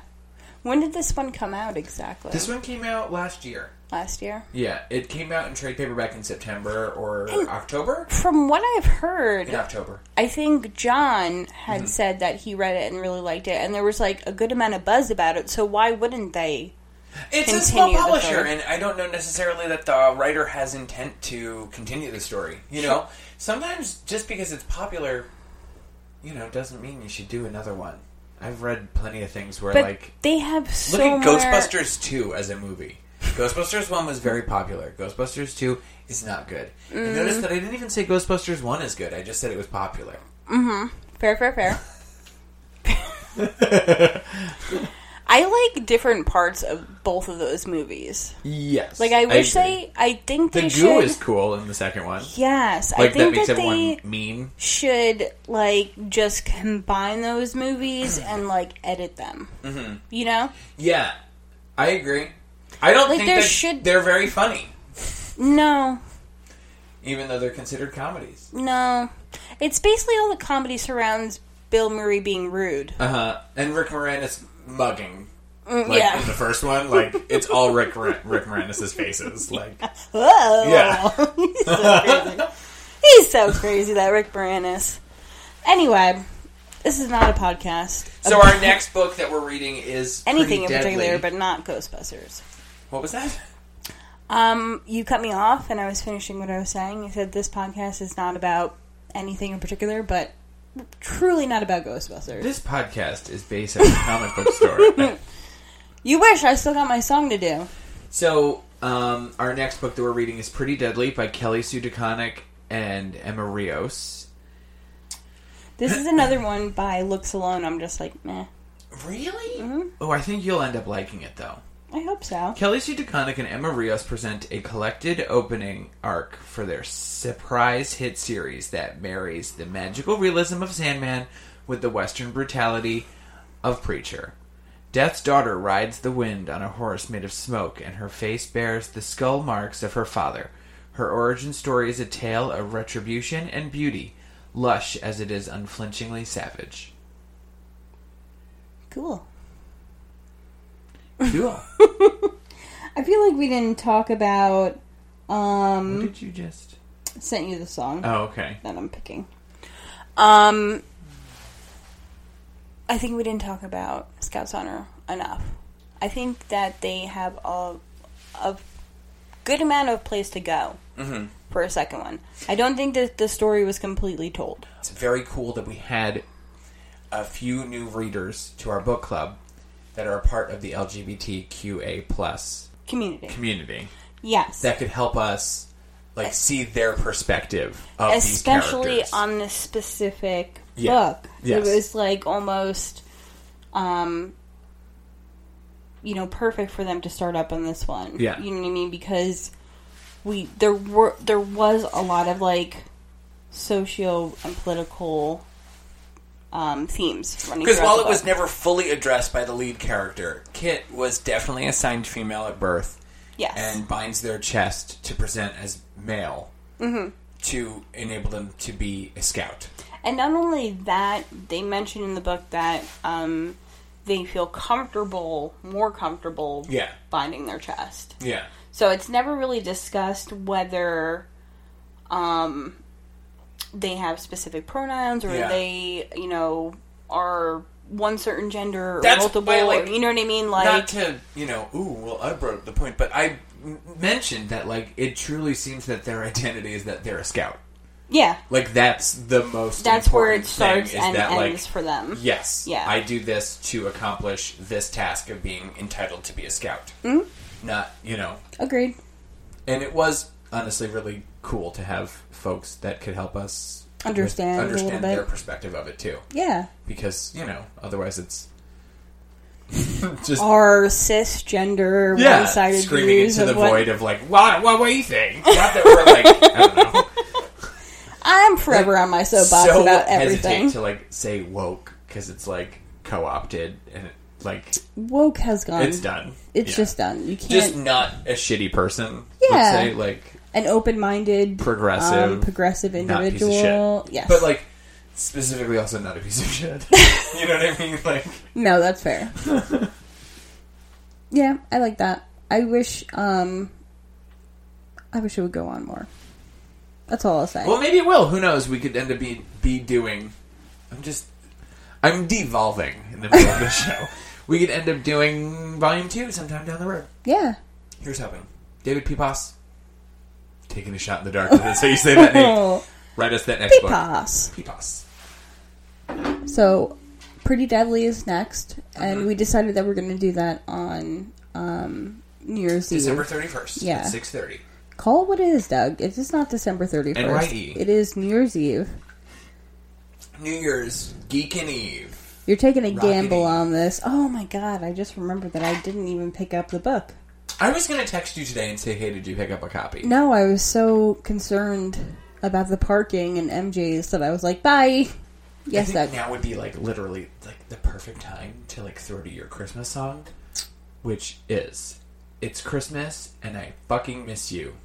[SPEAKER 2] When did this one come out exactly?
[SPEAKER 1] This one came out last year.
[SPEAKER 2] Last year.
[SPEAKER 1] Yeah, it came out in trade paperback in September or October.
[SPEAKER 2] From what I've heard,
[SPEAKER 1] In October.
[SPEAKER 2] I think John
[SPEAKER 1] Mm-hmm.
[SPEAKER 2] had said that he read it and really liked it, and there was like a good amount of buzz about it. So why wouldn't they?
[SPEAKER 1] It's a
[SPEAKER 2] Continue
[SPEAKER 1] small
[SPEAKER 2] the
[SPEAKER 1] publisher,
[SPEAKER 2] story.
[SPEAKER 1] and I don't know necessarily that the writer has intent to continue the story. You know, sometimes just because it's popular, you know, doesn't mean you should do another one. I've read plenty of things where,
[SPEAKER 2] But
[SPEAKER 1] like,
[SPEAKER 2] they have so
[SPEAKER 1] look at
[SPEAKER 2] much-
[SPEAKER 1] Ghostbusters 2 as a movie. Ghostbusters 1 was very popular. Ghostbusters 2 is not good. And notice that I didn't even say Ghostbusters 1 is good, I just said it was popular.
[SPEAKER 2] Fair, fair, fair. I like different parts of both of those movies.
[SPEAKER 1] Yes.
[SPEAKER 2] Like I wish
[SPEAKER 1] agree.
[SPEAKER 2] they. I think
[SPEAKER 1] The
[SPEAKER 2] they
[SPEAKER 1] goo
[SPEAKER 2] should.
[SPEAKER 1] is cool in the second one.
[SPEAKER 2] yes, I
[SPEAKER 1] Like, that
[SPEAKER 2] think
[SPEAKER 1] makes
[SPEAKER 2] that,
[SPEAKER 1] everyone
[SPEAKER 2] they
[SPEAKER 1] mean.
[SPEAKER 2] should like just combine those movies and like edit them. Mm-hmm. You know.
[SPEAKER 1] Yeah, I agree. I don't
[SPEAKER 2] Like,
[SPEAKER 1] think
[SPEAKER 2] there
[SPEAKER 1] that
[SPEAKER 2] should-
[SPEAKER 1] they're very funny,
[SPEAKER 2] No,
[SPEAKER 1] even though they're considered comedies.
[SPEAKER 2] No. It's basically all the comedy surrounds Bill Murray being rude.
[SPEAKER 1] Uh huh. And Rick Moranis mugging, like
[SPEAKER 2] Mm,
[SPEAKER 1] in
[SPEAKER 2] yeah.
[SPEAKER 1] the first one, like it's all Rick Ra- Rick Moranis's faces, like
[SPEAKER 2] Whoa.
[SPEAKER 1] yeah.
[SPEAKER 2] He's so crazy. He's so crazy, that Rick Moranis. Anyway, this is not a podcast.
[SPEAKER 1] So our next book that we're reading is
[SPEAKER 2] Anything in
[SPEAKER 1] Pretty Deadly.
[SPEAKER 2] particular, but not Ghostbusters.
[SPEAKER 1] what was that?
[SPEAKER 2] Um, you cut me off, and I was finishing what I was saying. You said this podcast is not about anything in particular, but truly not about Ghostbusters.
[SPEAKER 1] This podcast is based on a comic book store.
[SPEAKER 2] you wish I still got my song to do.
[SPEAKER 1] So, um, our next book that we're reading is Pretty Deadly by Kelly Sue DeConnick and Emma Rios.
[SPEAKER 2] This is another one by Looks Alone. I'm just like, meh.
[SPEAKER 1] Really? Oh, I think you'll end up liking it though.
[SPEAKER 2] I hope so.
[SPEAKER 1] Kelly Sue DeConnick and Emma Rios present a collected opening arc for their surprise hit series that marries the magical realism of Sandman with the western brutality of Preacher. Death's daughter rides the wind on a horse made of smoke, and her face bears the skull marks of her father. Her origin story is a tale of retribution and beauty, lush as it is unflinchingly savage.
[SPEAKER 2] Cool.
[SPEAKER 1] Cool.
[SPEAKER 2] I feel like we didn't talk about.
[SPEAKER 1] what
[SPEAKER 2] Um,
[SPEAKER 1] did you just?
[SPEAKER 2] sent you the song
[SPEAKER 1] Oh, okay.
[SPEAKER 2] that I'm picking. Um, I think we didn't talk about Scouts Honor enough. I think that they have a a good amount of place to go for a second one. I don't think that the story was completely told.
[SPEAKER 1] It's very cool that we had a few new readers to our book club that are a part of the LGBTQA plus
[SPEAKER 2] Community,
[SPEAKER 1] community
[SPEAKER 2] yes,
[SPEAKER 1] that could help us like see their perspective of these
[SPEAKER 2] especially
[SPEAKER 1] characters.
[SPEAKER 2] on this specific
[SPEAKER 1] Yeah.
[SPEAKER 2] book.
[SPEAKER 1] Yes.
[SPEAKER 2] It was like almost um you know, perfect for them to start up on this one.
[SPEAKER 1] Yeah.
[SPEAKER 2] You know what I mean? Because we there were there was a lot of like socio and political um, themes running
[SPEAKER 1] Because
[SPEAKER 2] throughout
[SPEAKER 1] while
[SPEAKER 2] the
[SPEAKER 1] it was
[SPEAKER 2] book.
[SPEAKER 1] never fully addressed by the lead character, Kit was definitely assigned female at birth
[SPEAKER 2] yes.
[SPEAKER 1] and binds their chest to present as male
[SPEAKER 2] Mm-hmm.
[SPEAKER 1] to enable them to be a scout.
[SPEAKER 2] And not only that, they mention in the book that um, they feel comfortable, more comfortable,
[SPEAKER 1] Yeah.
[SPEAKER 2] binding their chest.
[SPEAKER 1] Yeah.
[SPEAKER 2] So it's never really discussed whether um, they have specific pronouns or
[SPEAKER 1] Yeah.
[SPEAKER 2] they, you know, are one certain gender or
[SPEAKER 1] That's
[SPEAKER 2] multiple.
[SPEAKER 1] why, like,
[SPEAKER 2] or, you know what I mean?
[SPEAKER 1] Not
[SPEAKER 2] Like,
[SPEAKER 1] to, you know, ooh, well, I brought up the point, but I m- mentioned that, like, it truly seems that their identity is that they're a scout.
[SPEAKER 2] yeah,
[SPEAKER 1] Like, that's the most
[SPEAKER 2] that's where it
[SPEAKER 1] important
[SPEAKER 2] starts
[SPEAKER 1] thing, is
[SPEAKER 2] and
[SPEAKER 1] that, like,
[SPEAKER 2] ends for them.
[SPEAKER 1] Yes.
[SPEAKER 2] Yeah.
[SPEAKER 1] I do this to accomplish this task of being entitled to be a scout.
[SPEAKER 2] Hmm?
[SPEAKER 1] Not, you know.
[SPEAKER 2] Agreed.
[SPEAKER 1] And it was honestly really cool to have folks that could help us
[SPEAKER 2] Understand a
[SPEAKER 1] with- understand
[SPEAKER 2] little bit.
[SPEAKER 1] their perspective of it too.
[SPEAKER 2] Yeah.
[SPEAKER 1] Because, you know, otherwise it's just
[SPEAKER 2] Our cisgender,
[SPEAKER 1] yeah,
[SPEAKER 2] one-sided
[SPEAKER 1] screaming
[SPEAKER 2] views
[SPEAKER 1] into the
[SPEAKER 2] of what
[SPEAKER 1] void of like, what, what, what do you think? Not that we're like, I don't know.
[SPEAKER 2] I'm forever on my soapbox
[SPEAKER 1] so
[SPEAKER 2] about
[SPEAKER 1] hesitate
[SPEAKER 2] everything.
[SPEAKER 1] to like say woke because it's like co-opted and it, like
[SPEAKER 2] Woke has gone.
[SPEAKER 1] it's done.
[SPEAKER 2] It's
[SPEAKER 1] Yeah.
[SPEAKER 2] just done. You can't.
[SPEAKER 1] just not a shitty person. Yeah,
[SPEAKER 2] Yeah.
[SPEAKER 1] let's say like
[SPEAKER 2] an open-minded,
[SPEAKER 1] Progressive,
[SPEAKER 2] um, progressive
[SPEAKER 1] not a piece of
[SPEAKER 2] individual.
[SPEAKER 1] shit,
[SPEAKER 2] Yes,
[SPEAKER 1] but like specifically also not a piece of shit. you know what I mean? Like
[SPEAKER 2] no, that's fair. yeah, I like that. I wish. um I wish it would go on more. That's all I'll say.
[SPEAKER 1] well, maybe it will. Who knows? We could end up be be doing. I'm just I'm devolving in the middle of the show. We could end up doing volume two sometime down the road.
[SPEAKER 2] yeah.
[SPEAKER 1] Here's hoping. David Peepass taking a shot in the dark. That's how you say that name. Write us that next
[SPEAKER 2] Pass.
[SPEAKER 1] book. Peepass.
[SPEAKER 2] So, Pretty Deadly is next, and
[SPEAKER 1] Mm-hmm.
[SPEAKER 2] we decided that we're going to do that on um New Year's Eve.
[SPEAKER 1] December thirty first.
[SPEAKER 2] Yeah.
[SPEAKER 1] Six thirty.
[SPEAKER 2] Call it what it is, Doug. It is not December 31st.
[SPEAKER 1] NYE.
[SPEAKER 2] It is New Year's Eve.
[SPEAKER 1] New Year's Geekin' Eve.
[SPEAKER 2] You're taking a
[SPEAKER 1] Rocket
[SPEAKER 2] gamble
[SPEAKER 1] Eve.
[SPEAKER 2] on this. Oh my god, I just remembered that I didn't even pick up the book.
[SPEAKER 1] I was gonna text you today and say, "Hey, did you pick up a copy?"
[SPEAKER 2] No, I was so concerned about the parking and MJ's that I was like,
[SPEAKER 1] I
[SPEAKER 2] bye. Yes,
[SPEAKER 1] think
[SPEAKER 2] Doug.
[SPEAKER 1] now would be like literally like the perfect time to like throw to your Christmas song, which is "It's Christmas and I fucking miss you,"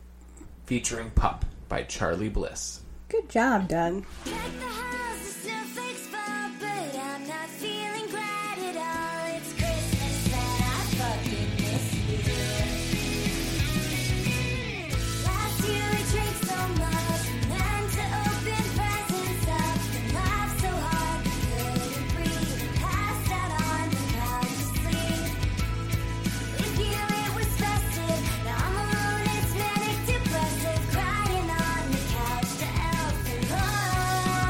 [SPEAKER 1] featuring "Pup" by Charlie Bliss.
[SPEAKER 2] Good job, Doug.
[SPEAKER 4] Like the house, the snowflakes fall, but I'm not feeling glad at all. It's Christmas that I fucking miss you. Last year we drank so much, meant to open presents up, and laughed so hard we couldn't breathe, and passed out on the couch to sleep. With you it was festive, now I'm alone. It's manic depressive, crying on the couch to Elf Alone.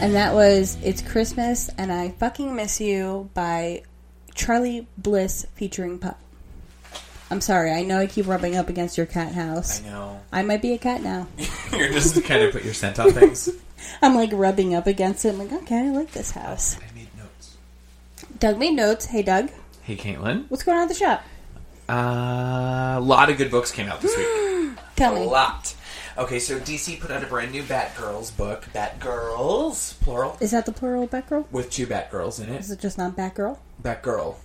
[SPEAKER 2] And that was It's Christmas and I Fucking Miss You by Charlie Bliss featuring Pup. I'm sorry, I know I keep rubbing up against your cat house.
[SPEAKER 1] I know.
[SPEAKER 2] I might be a cat now.
[SPEAKER 1] You're just kind of put your scent on things.
[SPEAKER 2] I'm like rubbing up against it. I'm like, okay, I like this house.
[SPEAKER 1] I made notes.
[SPEAKER 2] Doug made notes. Hey, Doug,
[SPEAKER 1] Hey, Caitlin.
[SPEAKER 2] what's going on at the shop?
[SPEAKER 1] Uh, a lot of good books came out this week.
[SPEAKER 2] Tell
[SPEAKER 1] a
[SPEAKER 2] me.
[SPEAKER 1] lot. Okay, so DC put out a brand new Batgirls book. Batgirls, plural,
[SPEAKER 2] Is that the plural of Batgirl?
[SPEAKER 1] with two Batgirls in
[SPEAKER 2] Is
[SPEAKER 1] it.
[SPEAKER 2] it just not Batgirl?
[SPEAKER 1] Batgirl.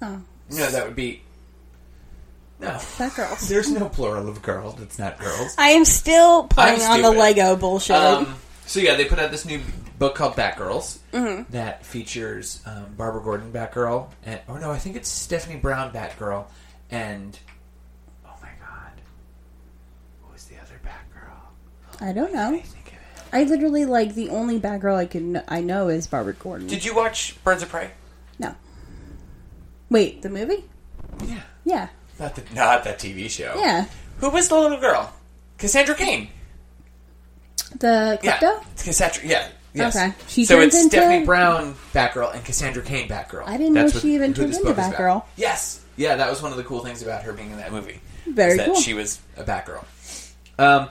[SPEAKER 2] Oh,
[SPEAKER 1] No, that would be. No.
[SPEAKER 2] Batgirls.
[SPEAKER 1] There's no plural of girl. That's not girls.
[SPEAKER 2] I am still playing on the
[SPEAKER 1] stupid.
[SPEAKER 2] Lego bullshit.
[SPEAKER 1] Um, so yeah, they put out this new book called Batgirls that features um, Barbara Gordon Batgirl, and oh no, I think it's Stephanie Brown Batgirl, and oh my god, who was the other Batgirl?
[SPEAKER 2] I don't
[SPEAKER 1] I
[SPEAKER 2] know.
[SPEAKER 1] think of it.
[SPEAKER 2] I literally like the only Batgirl I can I know is Barbara Gordon.
[SPEAKER 1] Did you watch Birds of Prey?
[SPEAKER 2] no. Wait, the movie?
[SPEAKER 1] Yeah,
[SPEAKER 2] Yeah,
[SPEAKER 1] not the not that TV show.
[SPEAKER 2] yeah.
[SPEAKER 1] Who was the little girl? Cassandra Cain.
[SPEAKER 2] The
[SPEAKER 1] Yeah,
[SPEAKER 2] crypto.
[SPEAKER 1] it's Cassandra. Yeah. Yes.
[SPEAKER 2] Okay. She
[SPEAKER 1] so
[SPEAKER 2] turns
[SPEAKER 1] it's
[SPEAKER 2] into-
[SPEAKER 1] Stephanie Brown Batgirl and Cassandra Kane Batgirl.
[SPEAKER 2] I didn't know
[SPEAKER 1] what-
[SPEAKER 2] she even
[SPEAKER 1] who
[SPEAKER 2] turned
[SPEAKER 1] this
[SPEAKER 2] into
[SPEAKER 1] book is about.
[SPEAKER 2] Batgirl.
[SPEAKER 1] Yes. Yeah, that was one of the cool things about her being in that movie.
[SPEAKER 2] Very
[SPEAKER 1] is that
[SPEAKER 2] cool.
[SPEAKER 1] She was a Batgirl. Um,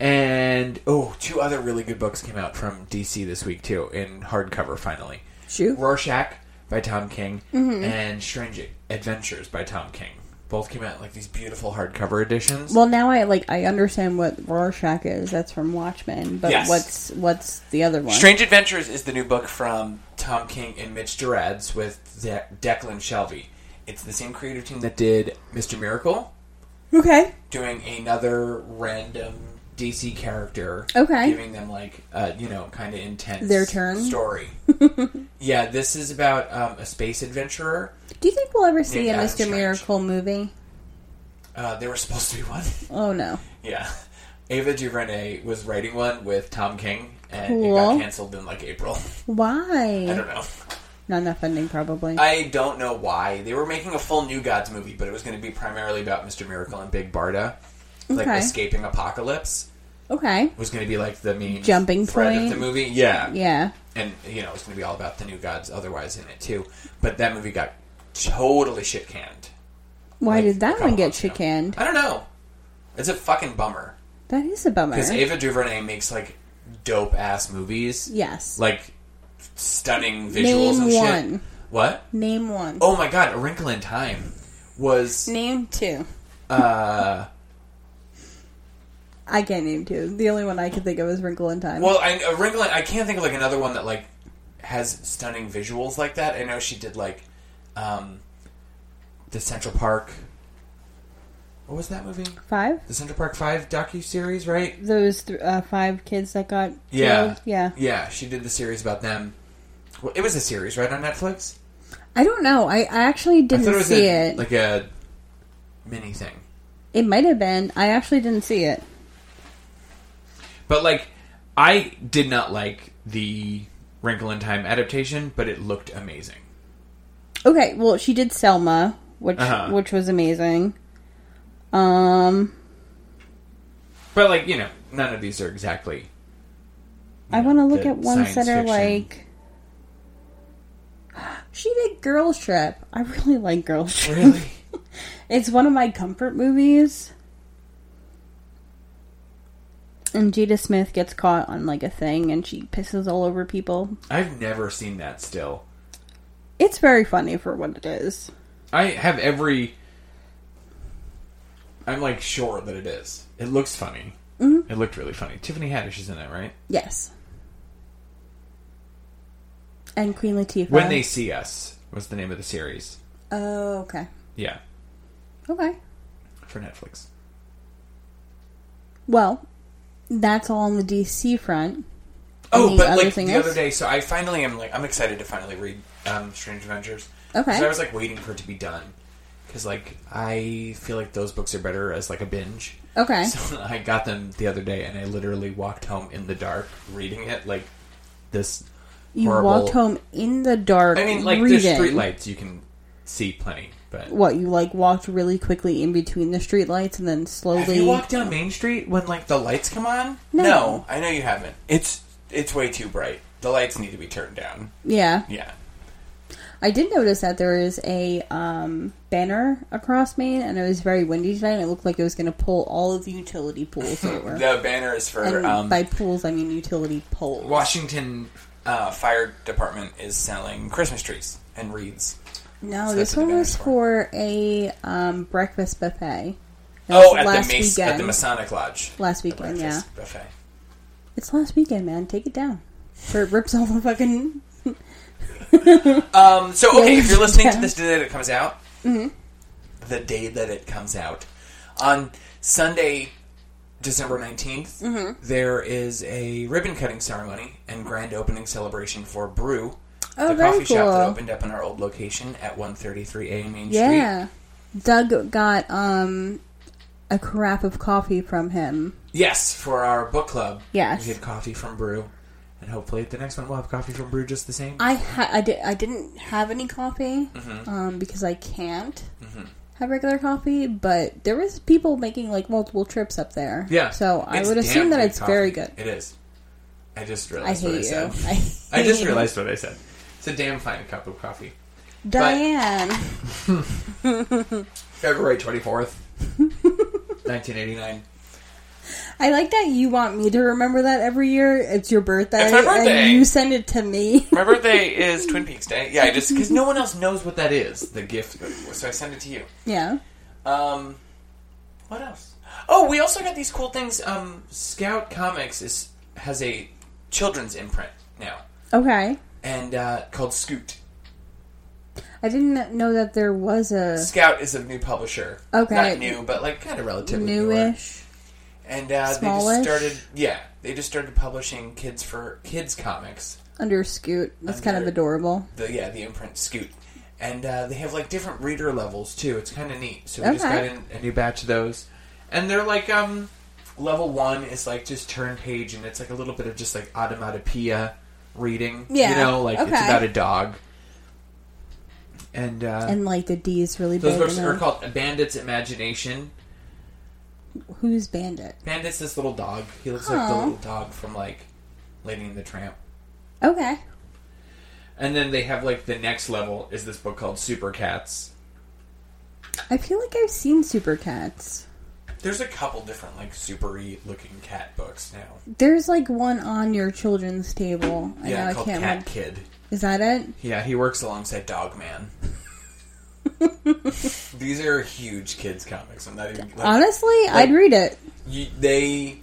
[SPEAKER 1] and oh, two other really good books came out from DC this week too in hardcover finally.
[SPEAKER 2] Shoot. Mm-hmm.
[SPEAKER 1] Rorschach by Tom King and Strange Adventures by Tom King. Both came out in, like these beautiful hardcover editions.
[SPEAKER 2] Well, now I like I understand what Rorschach is. That's from Watchmen. But
[SPEAKER 1] Yes.
[SPEAKER 2] what's what's the other one?
[SPEAKER 1] Strange Adventures is the new book from Tom King and Mitch Durads with De- Declan Shelby. It's the same creative team that did Mr. Miracle,
[SPEAKER 2] Okay.
[SPEAKER 1] doing another random DC character.
[SPEAKER 2] Okay.
[SPEAKER 1] Giving them, like, uh, you know, kind of intense
[SPEAKER 2] Their turn?
[SPEAKER 1] story. yeah, this is about um, a space adventurer.
[SPEAKER 2] Do you think we'll ever see
[SPEAKER 1] Yeah,
[SPEAKER 2] a
[SPEAKER 1] Adam
[SPEAKER 2] Mr.
[SPEAKER 1] Strange.
[SPEAKER 2] Miracle movie?
[SPEAKER 1] Uh, there was supposed to be one.
[SPEAKER 2] Oh no.
[SPEAKER 1] yeah. Ava DuVernay was writing one with Tom King, and it
[SPEAKER 2] Cool.
[SPEAKER 1] got canceled in, like, April. I
[SPEAKER 2] Why?
[SPEAKER 1] don't know.
[SPEAKER 2] Not enough funding, probably.
[SPEAKER 1] I don't know why they were making a full New Gods movie, but it was going to be primarily about Mister Miracle and Big Barda, like
[SPEAKER 2] Okay.
[SPEAKER 1] escaping apocalypse.
[SPEAKER 2] okay.
[SPEAKER 1] Was going to be like the main
[SPEAKER 2] Jumping
[SPEAKER 1] thread
[SPEAKER 2] point.
[SPEAKER 1] of the movie, yeah.
[SPEAKER 2] Yeah.
[SPEAKER 1] And you know, it's going to be all about the New Gods otherwise in it too. But that movie got totally shit canned.
[SPEAKER 2] Why
[SPEAKER 1] Like,
[SPEAKER 2] did
[SPEAKER 1] a
[SPEAKER 2] that
[SPEAKER 1] couple
[SPEAKER 2] one get
[SPEAKER 1] months ago.
[SPEAKER 2] shit canned?
[SPEAKER 1] I don't know. It's a fucking bummer
[SPEAKER 2] That is a bummer.
[SPEAKER 1] because Ava DuVernay makes like dope ass movies,
[SPEAKER 2] yes.
[SPEAKER 1] like stunning visuals
[SPEAKER 2] Name
[SPEAKER 1] and
[SPEAKER 2] one.
[SPEAKER 1] shit. What?
[SPEAKER 2] Name one.
[SPEAKER 1] Oh my god, A Wrinkle in Time was
[SPEAKER 2] Name two. Uh. I can't name two. The only one I could think of is Wrinkle in Time.
[SPEAKER 1] Well, I, uh, Wrinkle, I can't think of like another one that like has stunning visuals like that. I know she did like um, the Central Park. What was that movie?
[SPEAKER 2] five.
[SPEAKER 1] The Central Park Five docu series, right?
[SPEAKER 2] Those th- uh, five kids that got
[SPEAKER 1] Yeah,
[SPEAKER 2] killed. Yeah.
[SPEAKER 1] yeah. She did the series about them. Well, it was a series, right, on Netflix.
[SPEAKER 2] I don't know. I, I actually
[SPEAKER 1] I
[SPEAKER 2] didn't
[SPEAKER 1] thought it was
[SPEAKER 2] see
[SPEAKER 1] a,
[SPEAKER 2] it.
[SPEAKER 1] like a mini thing,
[SPEAKER 2] it might have been. I actually didn't see it.
[SPEAKER 1] but like I did not like the Wrinkle in Time adaptation, but it looked amazing.
[SPEAKER 2] Okay. Well, she did Selma, which
[SPEAKER 1] Uh-huh.
[SPEAKER 2] which was amazing. Um,
[SPEAKER 1] But like you know, none of these are exactly
[SPEAKER 2] I want to look
[SPEAKER 1] the
[SPEAKER 2] at ones that
[SPEAKER 1] science
[SPEAKER 2] are
[SPEAKER 1] fiction.
[SPEAKER 2] like. She did Girls Trip. I really like Girls Trip.
[SPEAKER 1] really.
[SPEAKER 2] It's one of my comfort movies. And Jada Smith gets caught on like a thing and she pisses all over people.
[SPEAKER 1] I've never seen that still.
[SPEAKER 2] It's very funny for what it is.
[SPEAKER 1] I have every. I'm like sure that it is. It looks funny.
[SPEAKER 2] Mm-hmm.
[SPEAKER 1] It looked really funny. Tiffany Haddish is in it, right?
[SPEAKER 2] Yes. And Queen Latifah.
[SPEAKER 1] When They See Us was the name of the series.
[SPEAKER 2] Oh, okay.
[SPEAKER 1] Yeah,
[SPEAKER 2] Okay.
[SPEAKER 1] for Netflix.
[SPEAKER 2] Well, that's all on the DC front.
[SPEAKER 1] Oh,
[SPEAKER 2] Any
[SPEAKER 1] but
[SPEAKER 2] other
[SPEAKER 1] like
[SPEAKER 2] thing
[SPEAKER 1] the
[SPEAKER 2] else?
[SPEAKER 1] other day, so I finally am like I'm excited to finally read um, Strange Adventures.
[SPEAKER 2] Okay.
[SPEAKER 1] 'Cause I was like waiting for it to be done because like I feel like those books are better as like a binge.
[SPEAKER 2] Okay.
[SPEAKER 1] So I got them the other day, and I literally walked home in the dark reading it like this.
[SPEAKER 2] you
[SPEAKER 1] horrible...
[SPEAKER 2] walked home in the dark.
[SPEAKER 1] I mean, like
[SPEAKER 2] reading.
[SPEAKER 1] there's street lights you can see plenty, but
[SPEAKER 2] What, you like walked really quickly in between the streetlights and then slowly.
[SPEAKER 1] have you walked down Main Street when like the lights come on?
[SPEAKER 2] No.
[SPEAKER 1] I know you haven't. It's it's way too bright. The lights need to be turned down.
[SPEAKER 2] Yeah.
[SPEAKER 1] Yeah.
[SPEAKER 2] I did notice that there is a um, banner across Maine, and it was very windy tonight. And it looked like it was going to pull all of the utility poles over.
[SPEAKER 1] The banner is for
[SPEAKER 2] and
[SPEAKER 1] um,
[SPEAKER 2] by pools, I mean utility poles.
[SPEAKER 1] Washington uh, Fire Department is selling Christmas trees and wreaths.
[SPEAKER 2] No,
[SPEAKER 1] So
[SPEAKER 2] this
[SPEAKER 1] that's what
[SPEAKER 2] one
[SPEAKER 1] the
[SPEAKER 2] was
[SPEAKER 1] banner's
[SPEAKER 2] for a um, breakfast buffet. That
[SPEAKER 1] Oh,
[SPEAKER 2] was
[SPEAKER 1] at
[SPEAKER 2] last
[SPEAKER 1] the Mas- at
[SPEAKER 2] weekend.
[SPEAKER 1] the Masonic Lodge.
[SPEAKER 2] Last
[SPEAKER 1] The
[SPEAKER 2] weekend, yeah.
[SPEAKER 1] breakfast Buffet.
[SPEAKER 2] It's last weekend, man. Take it down. Or it rips all the fucking.
[SPEAKER 1] Um, so okay, if you're listening to
[SPEAKER 2] Yeah. Mm-hmm.
[SPEAKER 1] this day that it comes out, the day that it comes out on Sunday, December 19th
[SPEAKER 2] Mm-hmm.
[SPEAKER 1] there is a ribbon cutting ceremony and grand opening celebration for Brew,
[SPEAKER 2] Oh,
[SPEAKER 1] the
[SPEAKER 2] very
[SPEAKER 1] coffee shop that
[SPEAKER 2] cool.
[SPEAKER 1] opened up in our old location at 133 A Main Street.
[SPEAKER 2] Yeah. Doug got um, a crap of coffee from him.
[SPEAKER 1] Yes, for our book club.
[SPEAKER 2] Yes.
[SPEAKER 1] we had coffee from Brew, and hopefully at the next one we'll have coffee from Brew just the same.
[SPEAKER 2] I ha- I, di- I didn't have any coffee
[SPEAKER 1] Mm-hmm.
[SPEAKER 2] um, because I can't have regular coffee, but there was people making like multiple trips up there.
[SPEAKER 1] Yeah.
[SPEAKER 2] So I
[SPEAKER 1] It's
[SPEAKER 2] would
[SPEAKER 1] damn
[SPEAKER 2] assume that
[SPEAKER 1] good
[SPEAKER 2] it's very good.
[SPEAKER 1] coffee. It is. I just
[SPEAKER 2] I
[SPEAKER 1] realized what I
[SPEAKER 2] hate you.
[SPEAKER 1] said.
[SPEAKER 2] I,
[SPEAKER 1] I just
[SPEAKER 2] hate
[SPEAKER 1] realized what I said. It's a damn fine cup of coffee.
[SPEAKER 2] you. Diane.
[SPEAKER 1] February 24th, 1989.
[SPEAKER 2] I like that you want me to remember that every year. It's your birthday,
[SPEAKER 1] It's my birthday.
[SPEAKER 2] and you send it to me.
[SPEAKER 1] My birthday is Twin Peaks Day. Yeah, I just because no one else knows what that is, the gift, so I send it to you.
[SPEAKER 2] yeah.
[SPEAKER 1] Um, what else? Oh, we also got these cool things. Um, Scout Comics is has a children's imprint now,
[SPEAKER 2] Okay.
[SPEAKER 1] and uh, called Scoot.
[SPEAKER 2] I didn't know that there was a
[SPEAKER 1] Scout is a new publisher.
[SPEAKER 2] Okay.
[SPEAKER 1] not new, but like kind of relatively newer.
[SPEAKER 2] newish.
[SPEAKER 1] And uh, they just
[SPEAKER 2] Smallish?
[SPEAKER 1] started, yeah, they just started publishing kids for kids comics.
[SPEAKER 2] under Scoot. That's kind of
[SPEAKER 1] Under-
[SPEAKER 2] adorable.
[SPEAKER 1] The yeah, the imprint Scoot, and uh, they have like different reader levels too. It's kind of neat. So we just got
[SPEAKER 2] Okay.
[SPEAKER 1] in a new batch of those, and they're like um, level one is like just turn page, and it's like a little bit of just like automatopoeia reading. you
[SPEAKER 2] Yeah,
[SPEAKER 1] know, like it's
[SPEAKER 2] okay.
[SPEAKER 1] about a dog. And, uh,
[SPEAKER 2] And like the D is really
[SPEAKER 1] those
[SPEAKER 2] big.
[SPEAKER 1] books
[SPEAKER 2] you
[SPEAKER 1] are
[SPEAKER 2] know?
[SPEAKER 1] called Bandit's Imagination.
[SPEAKER 2] Who's Bandit?
[SPEAKER 1] Bandit's this little dog. He looks like the
[SPEAKER 2] Aw.
[SPEAKER 1] little dog from like Lady and the Tramp.
[SPEAKER 2] Okay.
[SPEAKER 1] And then they have like the next level is this book called Super Cats.
[SPEAKER 2] I feel like I've seen Super Cats.
[SPEAKER 1] There's a couple different like supery looking cat books now.
[SPEAKER 2] There's like one on your children's table. I
[SPEAKER 1] Yeah,
[SPEAKER 2] know I
[SPEAKER 1] called
[SPEAKER 2] can't.
[SPEAKER 1] Cat
[SPEAKER 2] remember.
[SPEAKER 1] Kid.
[SPEAKER 2] Is that it?
[SPEAKER 1] Yeah, he works alongside Dog Man. These are huge kids comics. I'm not even like,
[SPEAKER 2] Honestly, I'd read it.
[SPEAKER 1] you, they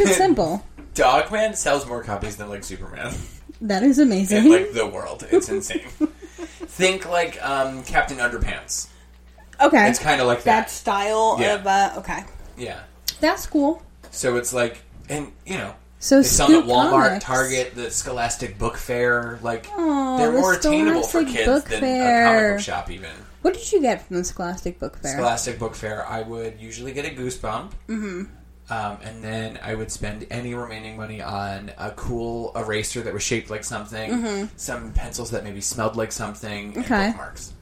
[SPEAKER 2] it simple.
[SPEAKER 1] Dog Man sells more copies than like Superman
[SPEAKER 2] That is
[SPEAKER 1] in
[SPEAKER 2] amazing.
[SPEAKER 1] like the world. It's insane. Think like um, Captain Underpants.
[SPEAKER 2] okay.
[SPEAKER 1] It's kind of like
[SPEAKER 5] That
[SPEAKER 1] that.
[SPEAKER 5] style
[SPEAKER 1] Yeah.
[SPEAKER 5] of uh, okay.
[SPEAKER 1] Yeah.
[SPEAKER 2] That's cool.
[SPEAKER 1] So it's like, and you know,
[SPEAKER 2] So
[SPEAKER 1] they sell them at
[SPEAKER 2] Scoot
[SPEAKER 1] Walmart,
[SPEAKER 2] Comics.
[SPEAKER 1] Target, the Scholastic Book Fair. Like
[SPEAKER 2] Aw,
[SPEAKER 1] they're
[SPEAKER 2] the
[SPEAKER 1] more attainable for
[SPEAKER 2] Scholastic
[SPEAKER 1] kids
[SPEAKER 2] Book
[SPEAKER 1] than a comic
[SPEAKER 2] Fair.
[SPEAKER 1] book shop. Even
[SPEAKER 2] What did you get from the Scholastic Book Fair?
[SPEAKER 1] Scholastic Book Fair, I would usually get a goosebump, mm-hmm. um, and then I would spend any remaining money on a cool eraser that was shaped like something, some pencils that maybe smelled like something,
[SPEAKER 2] Mm-hmm. Okay.
[SPEAKER 1] and bookmarks.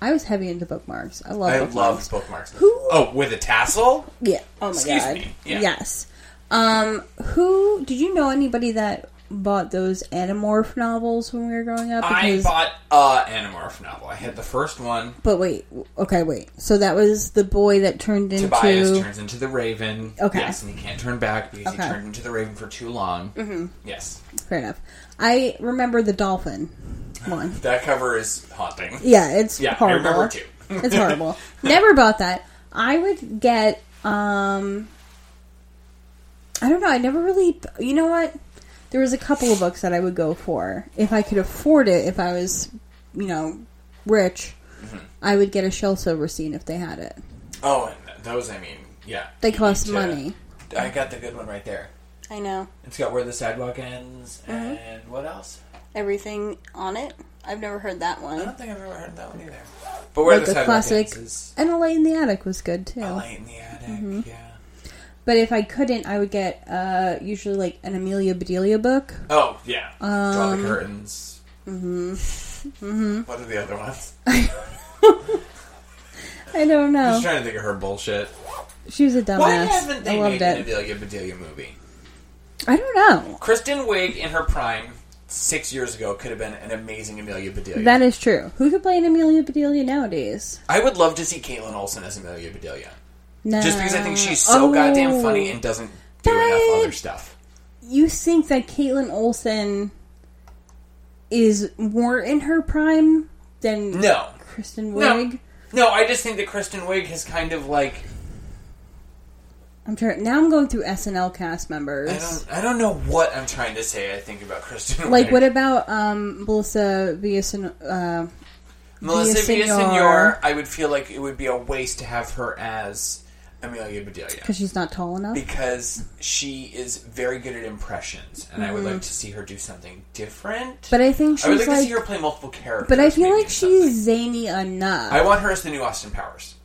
[SPEAKER 2] I was heavy into bookmarks. I love.
[SPEAKER 1] I
[SPEAKER 2] bookmarks.
[SPEAKER 1] love bookmarks.
[SPEAKER 2] Who-
[SPEAKER 1] Oh, with a tassel.
[SPEAKER 2] Yeah. Oh my
[SPEAKER 1] Excuse
[SPEAKER 2] god.
[SPEAKER 1] me. Yeah.
[SPEAKER 2] Yes. Um. Who did you know anybody that bought those Animorph novels when we were growing up?
[SPEAKER 1] I
[SPEAKER 2] Because-
[SPEAKER 1] bought a Animorph novel. I had the first one.
[SPEAKER 2] But wait. w- Okay. Wait. So that was the boy that turned into.
[SPEAKER 1] Tobias turns into the Raven.
[SPEAKER 2] Okay.
[SPEAKER 1] Yes, and he can't turn back because
[SPEAKER 2] Okay.
[SPEAKER 1] he turned into the Raven for too long. Mm-hmm. Yes,
[SPEAKER 2] Fair enough. I remember the dolphin one.
[SPEAKER 1] that cover is haunting.
[SPEAKER 2] Yeah, it's
[SPEAKER 1] Yeah, I
[SPEAKER 2] horrible.
[SPEAKER 1] remember it too.
[SPEAKER 2] it's horrible. Never bought that. I would get um I don't know, I never really you know what? There was a couple of books that I would go for. If I could afford it, if I was, you know, rich,
[SPEAKER 1] Mm-hmm.
[SPEAKER 2] I would get a Shell Silverstein if they had it.
[SPEAKER 1] Oh, and th- those, I mean, yeah,
[SPEAKER 2] They
[SPEAKER 1] You
[SPEAKER 2] cost
[SPEAKER 1] need to-
[SPEAKER 2] money.
[SPEAKER 1] I got the good one right there.
[SPEAKER 5] I know
[SPEAKER 1] It's got where the sidewalk ends,
[SPEAKER 2] Mm-hmm.
[SPEAKER 1] and what else?
[SPEAKER 5] everything on it. I've never heard that
[SPEAKER 1] I
[SPEAKER 5] one.
[SPEAKER 1] don't think I've ever heard of that one either. But where the
[SPEAKER 2] Like the
[SPEAKER 1] sidewalk
[SPEAKER 2] classic- Oh.
[SPEAKER 1] ends is
[SPEAKER 2] And A Light in the Attic was good too.
[SPEAKER 1] a light in the attic.
[SPEAKER 2] Mm-hmm.
[SPEAKER 1] Yeah.
[SPEAKER 2] But if I couldn't, I would get uh usually like an Amelia Bedelia book.
[SPEAKER 1] Oh yeah. Draw
[SPEAKER 2] Um,
[SPEAKER 1] the curtains. Mm-hmm. Mm-hmm. What are the other ones?
[SPEAKER 2] Oh. I
[SPEAKER 1] I'm
[SPEAKER 2] don't
[SPEAKER 1] just
[SPEAKER 2] know.
[SPEAKER 1] trying to think of her bullshit.
[SPEAKER 2] She was a dumbass.
[SPEAKER 1] Why haven't
[SPEAKER 2] I
[SPEAKER 1] they
[SPEAKER 2] loved
[SPEAKER 1] made an
[SPEAKER 2] it.
[SPEAKER 1] Adelia Bedelia movie?
[SPEAKER 2] I don't know.
[SPEAKER 1] Kristen Wiig in her prime six years ago could have been an amazing Amelia Bedelia.
[SPEAKER 2] That is true. Who could play an Amelia Bedelia nowadays?
[SPEAKER 1] I would love to see Caitlin Olsen as Amelia Bedelia,
[SPEAKER 2] No.
[SPEAKER 1] just because I think she's so
[SPEAKER 2] Oh.
[SPEAKER 1] goddamn funny and doesn't do enough
[SPEAKER 2] But-
[SPEAKER 1] other stuff.
[SPEAKER 2] You think that Caitlin Olsen is more in her prime than
[SPEAKER 1] No,
[SPEAKER 2] Kristen
[SPEAKER 1] No.
[SPEAKER 2] Wiig?
[SPEAKER 1] no, I just think that Kristen Wiig has kind of like
[SPEAKER 2] I'm trying. Now I'm going through SNL cast
[SPEAKER 1] I
[SPEAKER 2] members.
[SPEAKER 1] don't I don't know what I'm trying to say. I think about Kristen
[SPEAKER 2] Like,
[SPEAKER 1] Wiig.
[SPEAKER 2] what about um, Melissa Villasen? Uh,
[SPEAKER 1] Melissa
[SPEAKER 2] Villasenor.
[SPEAKER 1] Villasenor, I would feel like it would be a waste to have her as Amelia Bedelia.
[SPEAKER 2] because she's not tall enough.
[SPEAKER 1] because she is very good at impressions, and I would like to see her do something different.
[SPEAKER 2] Mm-hmm. But I think
[SPEAKER 1] I would like,
[SPEAKER 2] she's
[SPEAKER 1] to
[SPEAKER 2] like.
[SPEAKER 1] see her play multiple characters.
[SPEAKER 2] But I feel
[SPEAKER 1] maybe,
[SPEAKER 2] like
[SPEAKER 1] or something.
[SPEAKER 2] she's zany enough.
[SPEAKER 1] I want her as the new Austin Powers.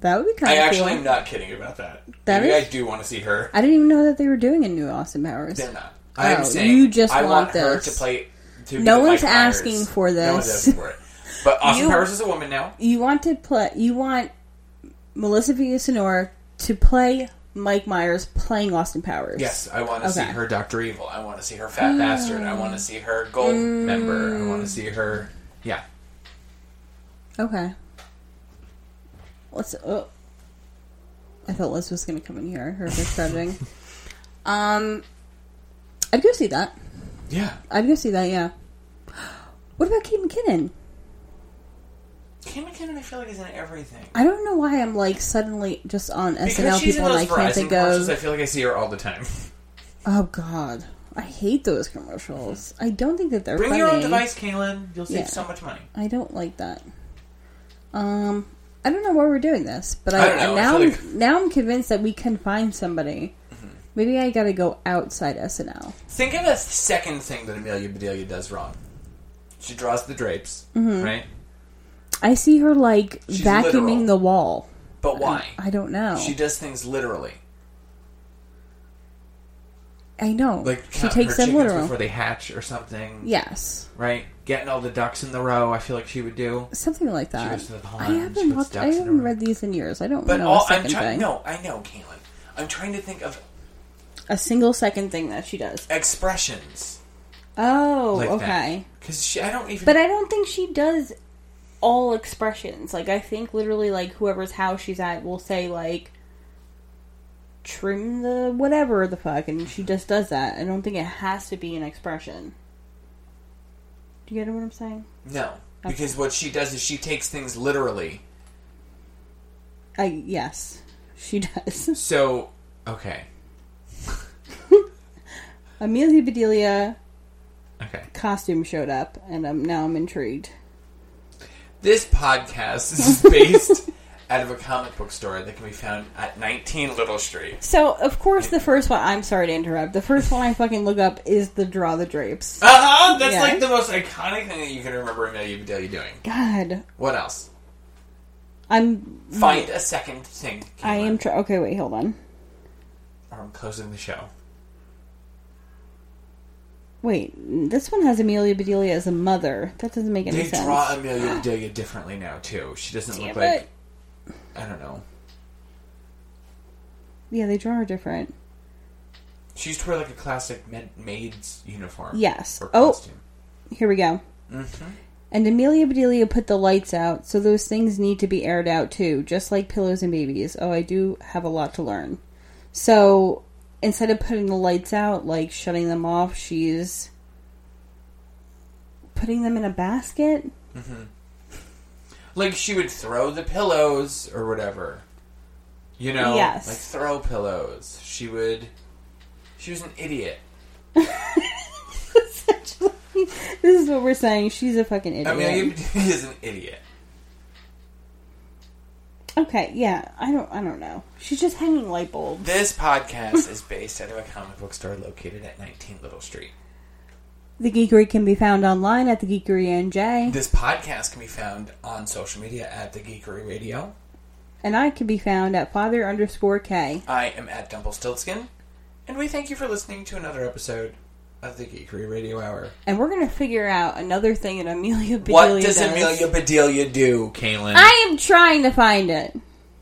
[SPEAKER 2] that would be kind
[SPEAKER 1] I
[SPEAKER 2] of
[SPEAKER 1] actually
[SPEAKER 2] cool.
[SPEAKER 1] am not kidding about that.
[SPEAKER 2] That
[SPEAKER 1] maybe
[SPEAKER 2] is-
[SPEAKER 1] I do want to see her.
[SPEAKER 2] I didn't even know that they were doing a new Austin Powers.
[SPEAKER 1] They're not. I am
[SPEAKER 2] Oh,
[SPEAKER 1] saying
[SPEAKER 2] you just
[SPEAKER 1] I want,
[SPEAKER 2] want
[SPEAKER 1] her
[SPEAKER 2] this.
[SPEAKER 1] to play. To
[SPEAKER 2] No
[SPEAKER 1] be the
[SPEAKER 2] one's
[SPEAKER 1] Mike Myers.
[SPEAKER 2] asking for
[SPEAKER 1] No one's
[SPEAKER 2] this.
[SPEAKER 1] asking for it. But Austin
[SPEAKER 2] You-
[SPEAKER 1] Powers is a woman now.
[SPEAKER 2] You want to play. You want Melissa Villasenor to play Mike Myers playing Austin Powers.
[SPEAKER 1] Yes, I want to see
[SPEAKER 2] Okay. Oh.
[SPEAKER 1] her Doctor Evil. I want to see her Fat Bastard. I want to see her Gold Member. I want
[SPEAKER 2] Mm.
[SPEAKER 1] to see her. Yeah,
[SPEAKER 2] Okay. Let's. Oh. I thought Liz was going to come in here. I heard her shouting. um, I'd go see that.
[SPEAKER 1] yeah.
[SPEAKER 2] I'd go see that. Yeah. What about Kate McKinnon?
[SPEAKER 1] Kate McKinnon, I feel like is in everything.
[SPEAKER 2] I don't know why I'm like suddenly just on
[SPEAKER 1] Because
[SPEAKER 2] SNL
[SPEAKER 1] she's in
[SPEAKER 2] people and I
[SPEAKER 1] those
[SPEAKER 2] can't
[SPEAKER 1] Verizon
[SPEAKER 2] think
[SPEAKER 1] commercials,
[SPEAKER 2] of.
[SPEAKER 1] I feel like I see her all the time.
[SPEAKER 2] Oh God, I hate those commercials. I don't think that they're
[SPEAKER 1] Bring
[SPEAKER 2] funny.
[SPEAKER 1] your own device, Kaylin. You'll save
[SPEAKER 2] Yeah.
[SPEAKER 1] so much money.
[SPEAKER 2] I don't like that. Um, I don't know why we're doing this, but I,
[SPEAKER 1] I don't know. I
[SPEAKER 2] now
[SPEAKER 1] feel
[SPEAKER 2] I'm,
[SPEAKER 1] like- Mm-hmm.
[SPEAKER 2] now I'm convinced that we can find somebody. Maybe I gotta go outside SNL.
[SPEAKER 1] Think of the second thing that Amelia Bedelia does wrong. She draws the drapes,
[SPEAKER 2] Mm-hmm.
[SPEAKER 1] right?
[SPEAKER 2] I see her like
[SPEAKER 1] She's
[SPEAKER 2] vacuuming
[SPEAKER 1] literal.
[SPEAKER 2] the wall.
[SPEAKER 1] But why?
[SPEAKER 2] I don't know.
[SPEAKER 1] She does things literally,
[SPEAKER 2] I know.
[SPEAKER 1] like
[SPEAKER 2] she
[SPEAKER 1] counting
[SPEAKER 2] takes
[SPEAKER 1] her
[SPEAKER 2] them
[SPEAKER 1] chickens
[SPEAKER 2] literal.
[SPEAKER 1] before they hatch or something.
[SPEAKER 2] yes,
[SPEAKER 1] right. Getting all the ducks in the row. I feel like she would do.
[SPEAKER 2] something like that.
[SPEAKER 1] goes to the pond,
[SPEAKER 2] I
[SPEAKER 1] she
[SPEAKER 2] haven't
[SPEAKER 1] puts
[SPEAKER 2] watched. I
[SPEAKER 1] ducks in
[SPEAKER 2] haven't
[SPEAKER 1] her-
[SPEAKER 2] read these in years. I don't
[SPEAKER 1] But
[SPEAKER 2] know
[SPEAKER 1] all
[SPEAKER 2] a
[SPEAKER 1] I'm
[SPEAKER 2] 2nd
[SPEAKER 1] trying.
[SPEAKER 2] thing.
[SPEAKER 1] No, I know, Kaylin. I'm trying to think of
[SPEAKER 2] A single second thing that she does.
[SPEAKER 1] expressions
[SPEAKER 2] Oh,
[SPEAKER 1] like
[SPEAKER 2] okay.
[SPEAKER 1] Because I don't even.
[SPEAKER 6] But I don't think she does all expressions. Like I think literally like whoever's house she's at will say like
[SPEAKER 2] Trim the whatever the fuck, and she just does that. I don't think it has to be an expression.
[SPEAKER 6] do you get what I'm saying?
[SPEAKER 1] no, because what she does is she takes things literally.
[SPEAKER 2] I yes, she does.
[SPEAKER 1] So okay,
[SPEAKER 2] Amelia Bedelia
[SPEAKER 1] okay.
[SPEAKER 2] costume showed up, and I'm now I'm intrigued.
[SPEAKER 1] This podcast is based out of a comic book store that can be found at 19 Little Street.
[SPEAKER 2] So of course the first one. I'm sorry to interrupt. The first one I fucking look up is the draw the drapes.
[SPEAKER 1] Uh huh! That's
[SPEAKER 2] Yeah.
[SPEAKER 1] like the most iconic thing that you can remember Amelia Bedelia doing.
[SPEAKER 2] God,
[SPEAKER 1] What else?
[SPEAKER 2] I'm
[SPEAKER 1] Find a second thing. Caitlin,
[SPEAKER 2] Mm. I am. Tra- okay, wait, hold on.
[SPEAKER 1] Or I'm closing the show.
[SPEAKER 2] Wait, this one has Amelia Bedelia as a mother. That doesn't make any
[SPEAKER 1] They
[SPEAKER 2] sense.
[SPEAKER 1] draw Amelia Bedelia differently now, too. She doesn't look
[SPEAKER 2] Damn
[SPEAKER 1] like.
[SPEAKER 2] it.
[SPEAKER 1] I don't know.
[SPEAKER 2] yeah, they draw her different.
[SPEAKER 1] She used to wear like a classic ma- maid's uniform.
[SPEAKER 2] Yes.
[SPEAKER 1] Or
[SPEAKER 2] Oh.
[SPEAKER 1] costume.
[SPEAKER 2] Here we go.
[SPEAKER 1] Mm-hmm.
[SPEAKER 2] And Amelia Bedelia put the lights out, so those things need to be aired out too, just like pillows and babies. Oh, I do have a lot to learn. So instead of putting the lights out, like shutting them off, she's putting them in a basket.
[SPEAKER 1] Like she would throw the pillows or whatever. You know?
[SPEAKER 2] Yes.
[SPEAKER 1] Like throw pillows. She would. She was an idiot.
[SPEAKER 2] Essentially, this is what we're saying. She's a fucking idiot.
[SPEAKER 1] Amelia Bedelia is an idiot.
[SPEAKER 2] okay, yeah, I don't, I don't know. She's just hanging light bulbs.
[SPEAKER 1] This podcast is based out of a comic book store located at 19 Little Street.
[SPEAKER 2] The Geekery can be found online at the Geekery NJ,
[SPEAKER 1] This podcast can be found on social media at The Geekery Radio.
[SPEAKER 2] and I can be found at father underscore K.
[SPEAKER 1] I am at Stiltskin, and we thank you for listening to another episode of The Geekery Radio Hour.
[SPEAKER 2] And we're gonna figure out another thing that Amelia Bedelia
[SPEAKER 1] What does
[SPEAKER 2] does.
[SPEAKER 1] Amelia Bedelia do, Kaylin?
[SPEAKER 2] I am trying to find it.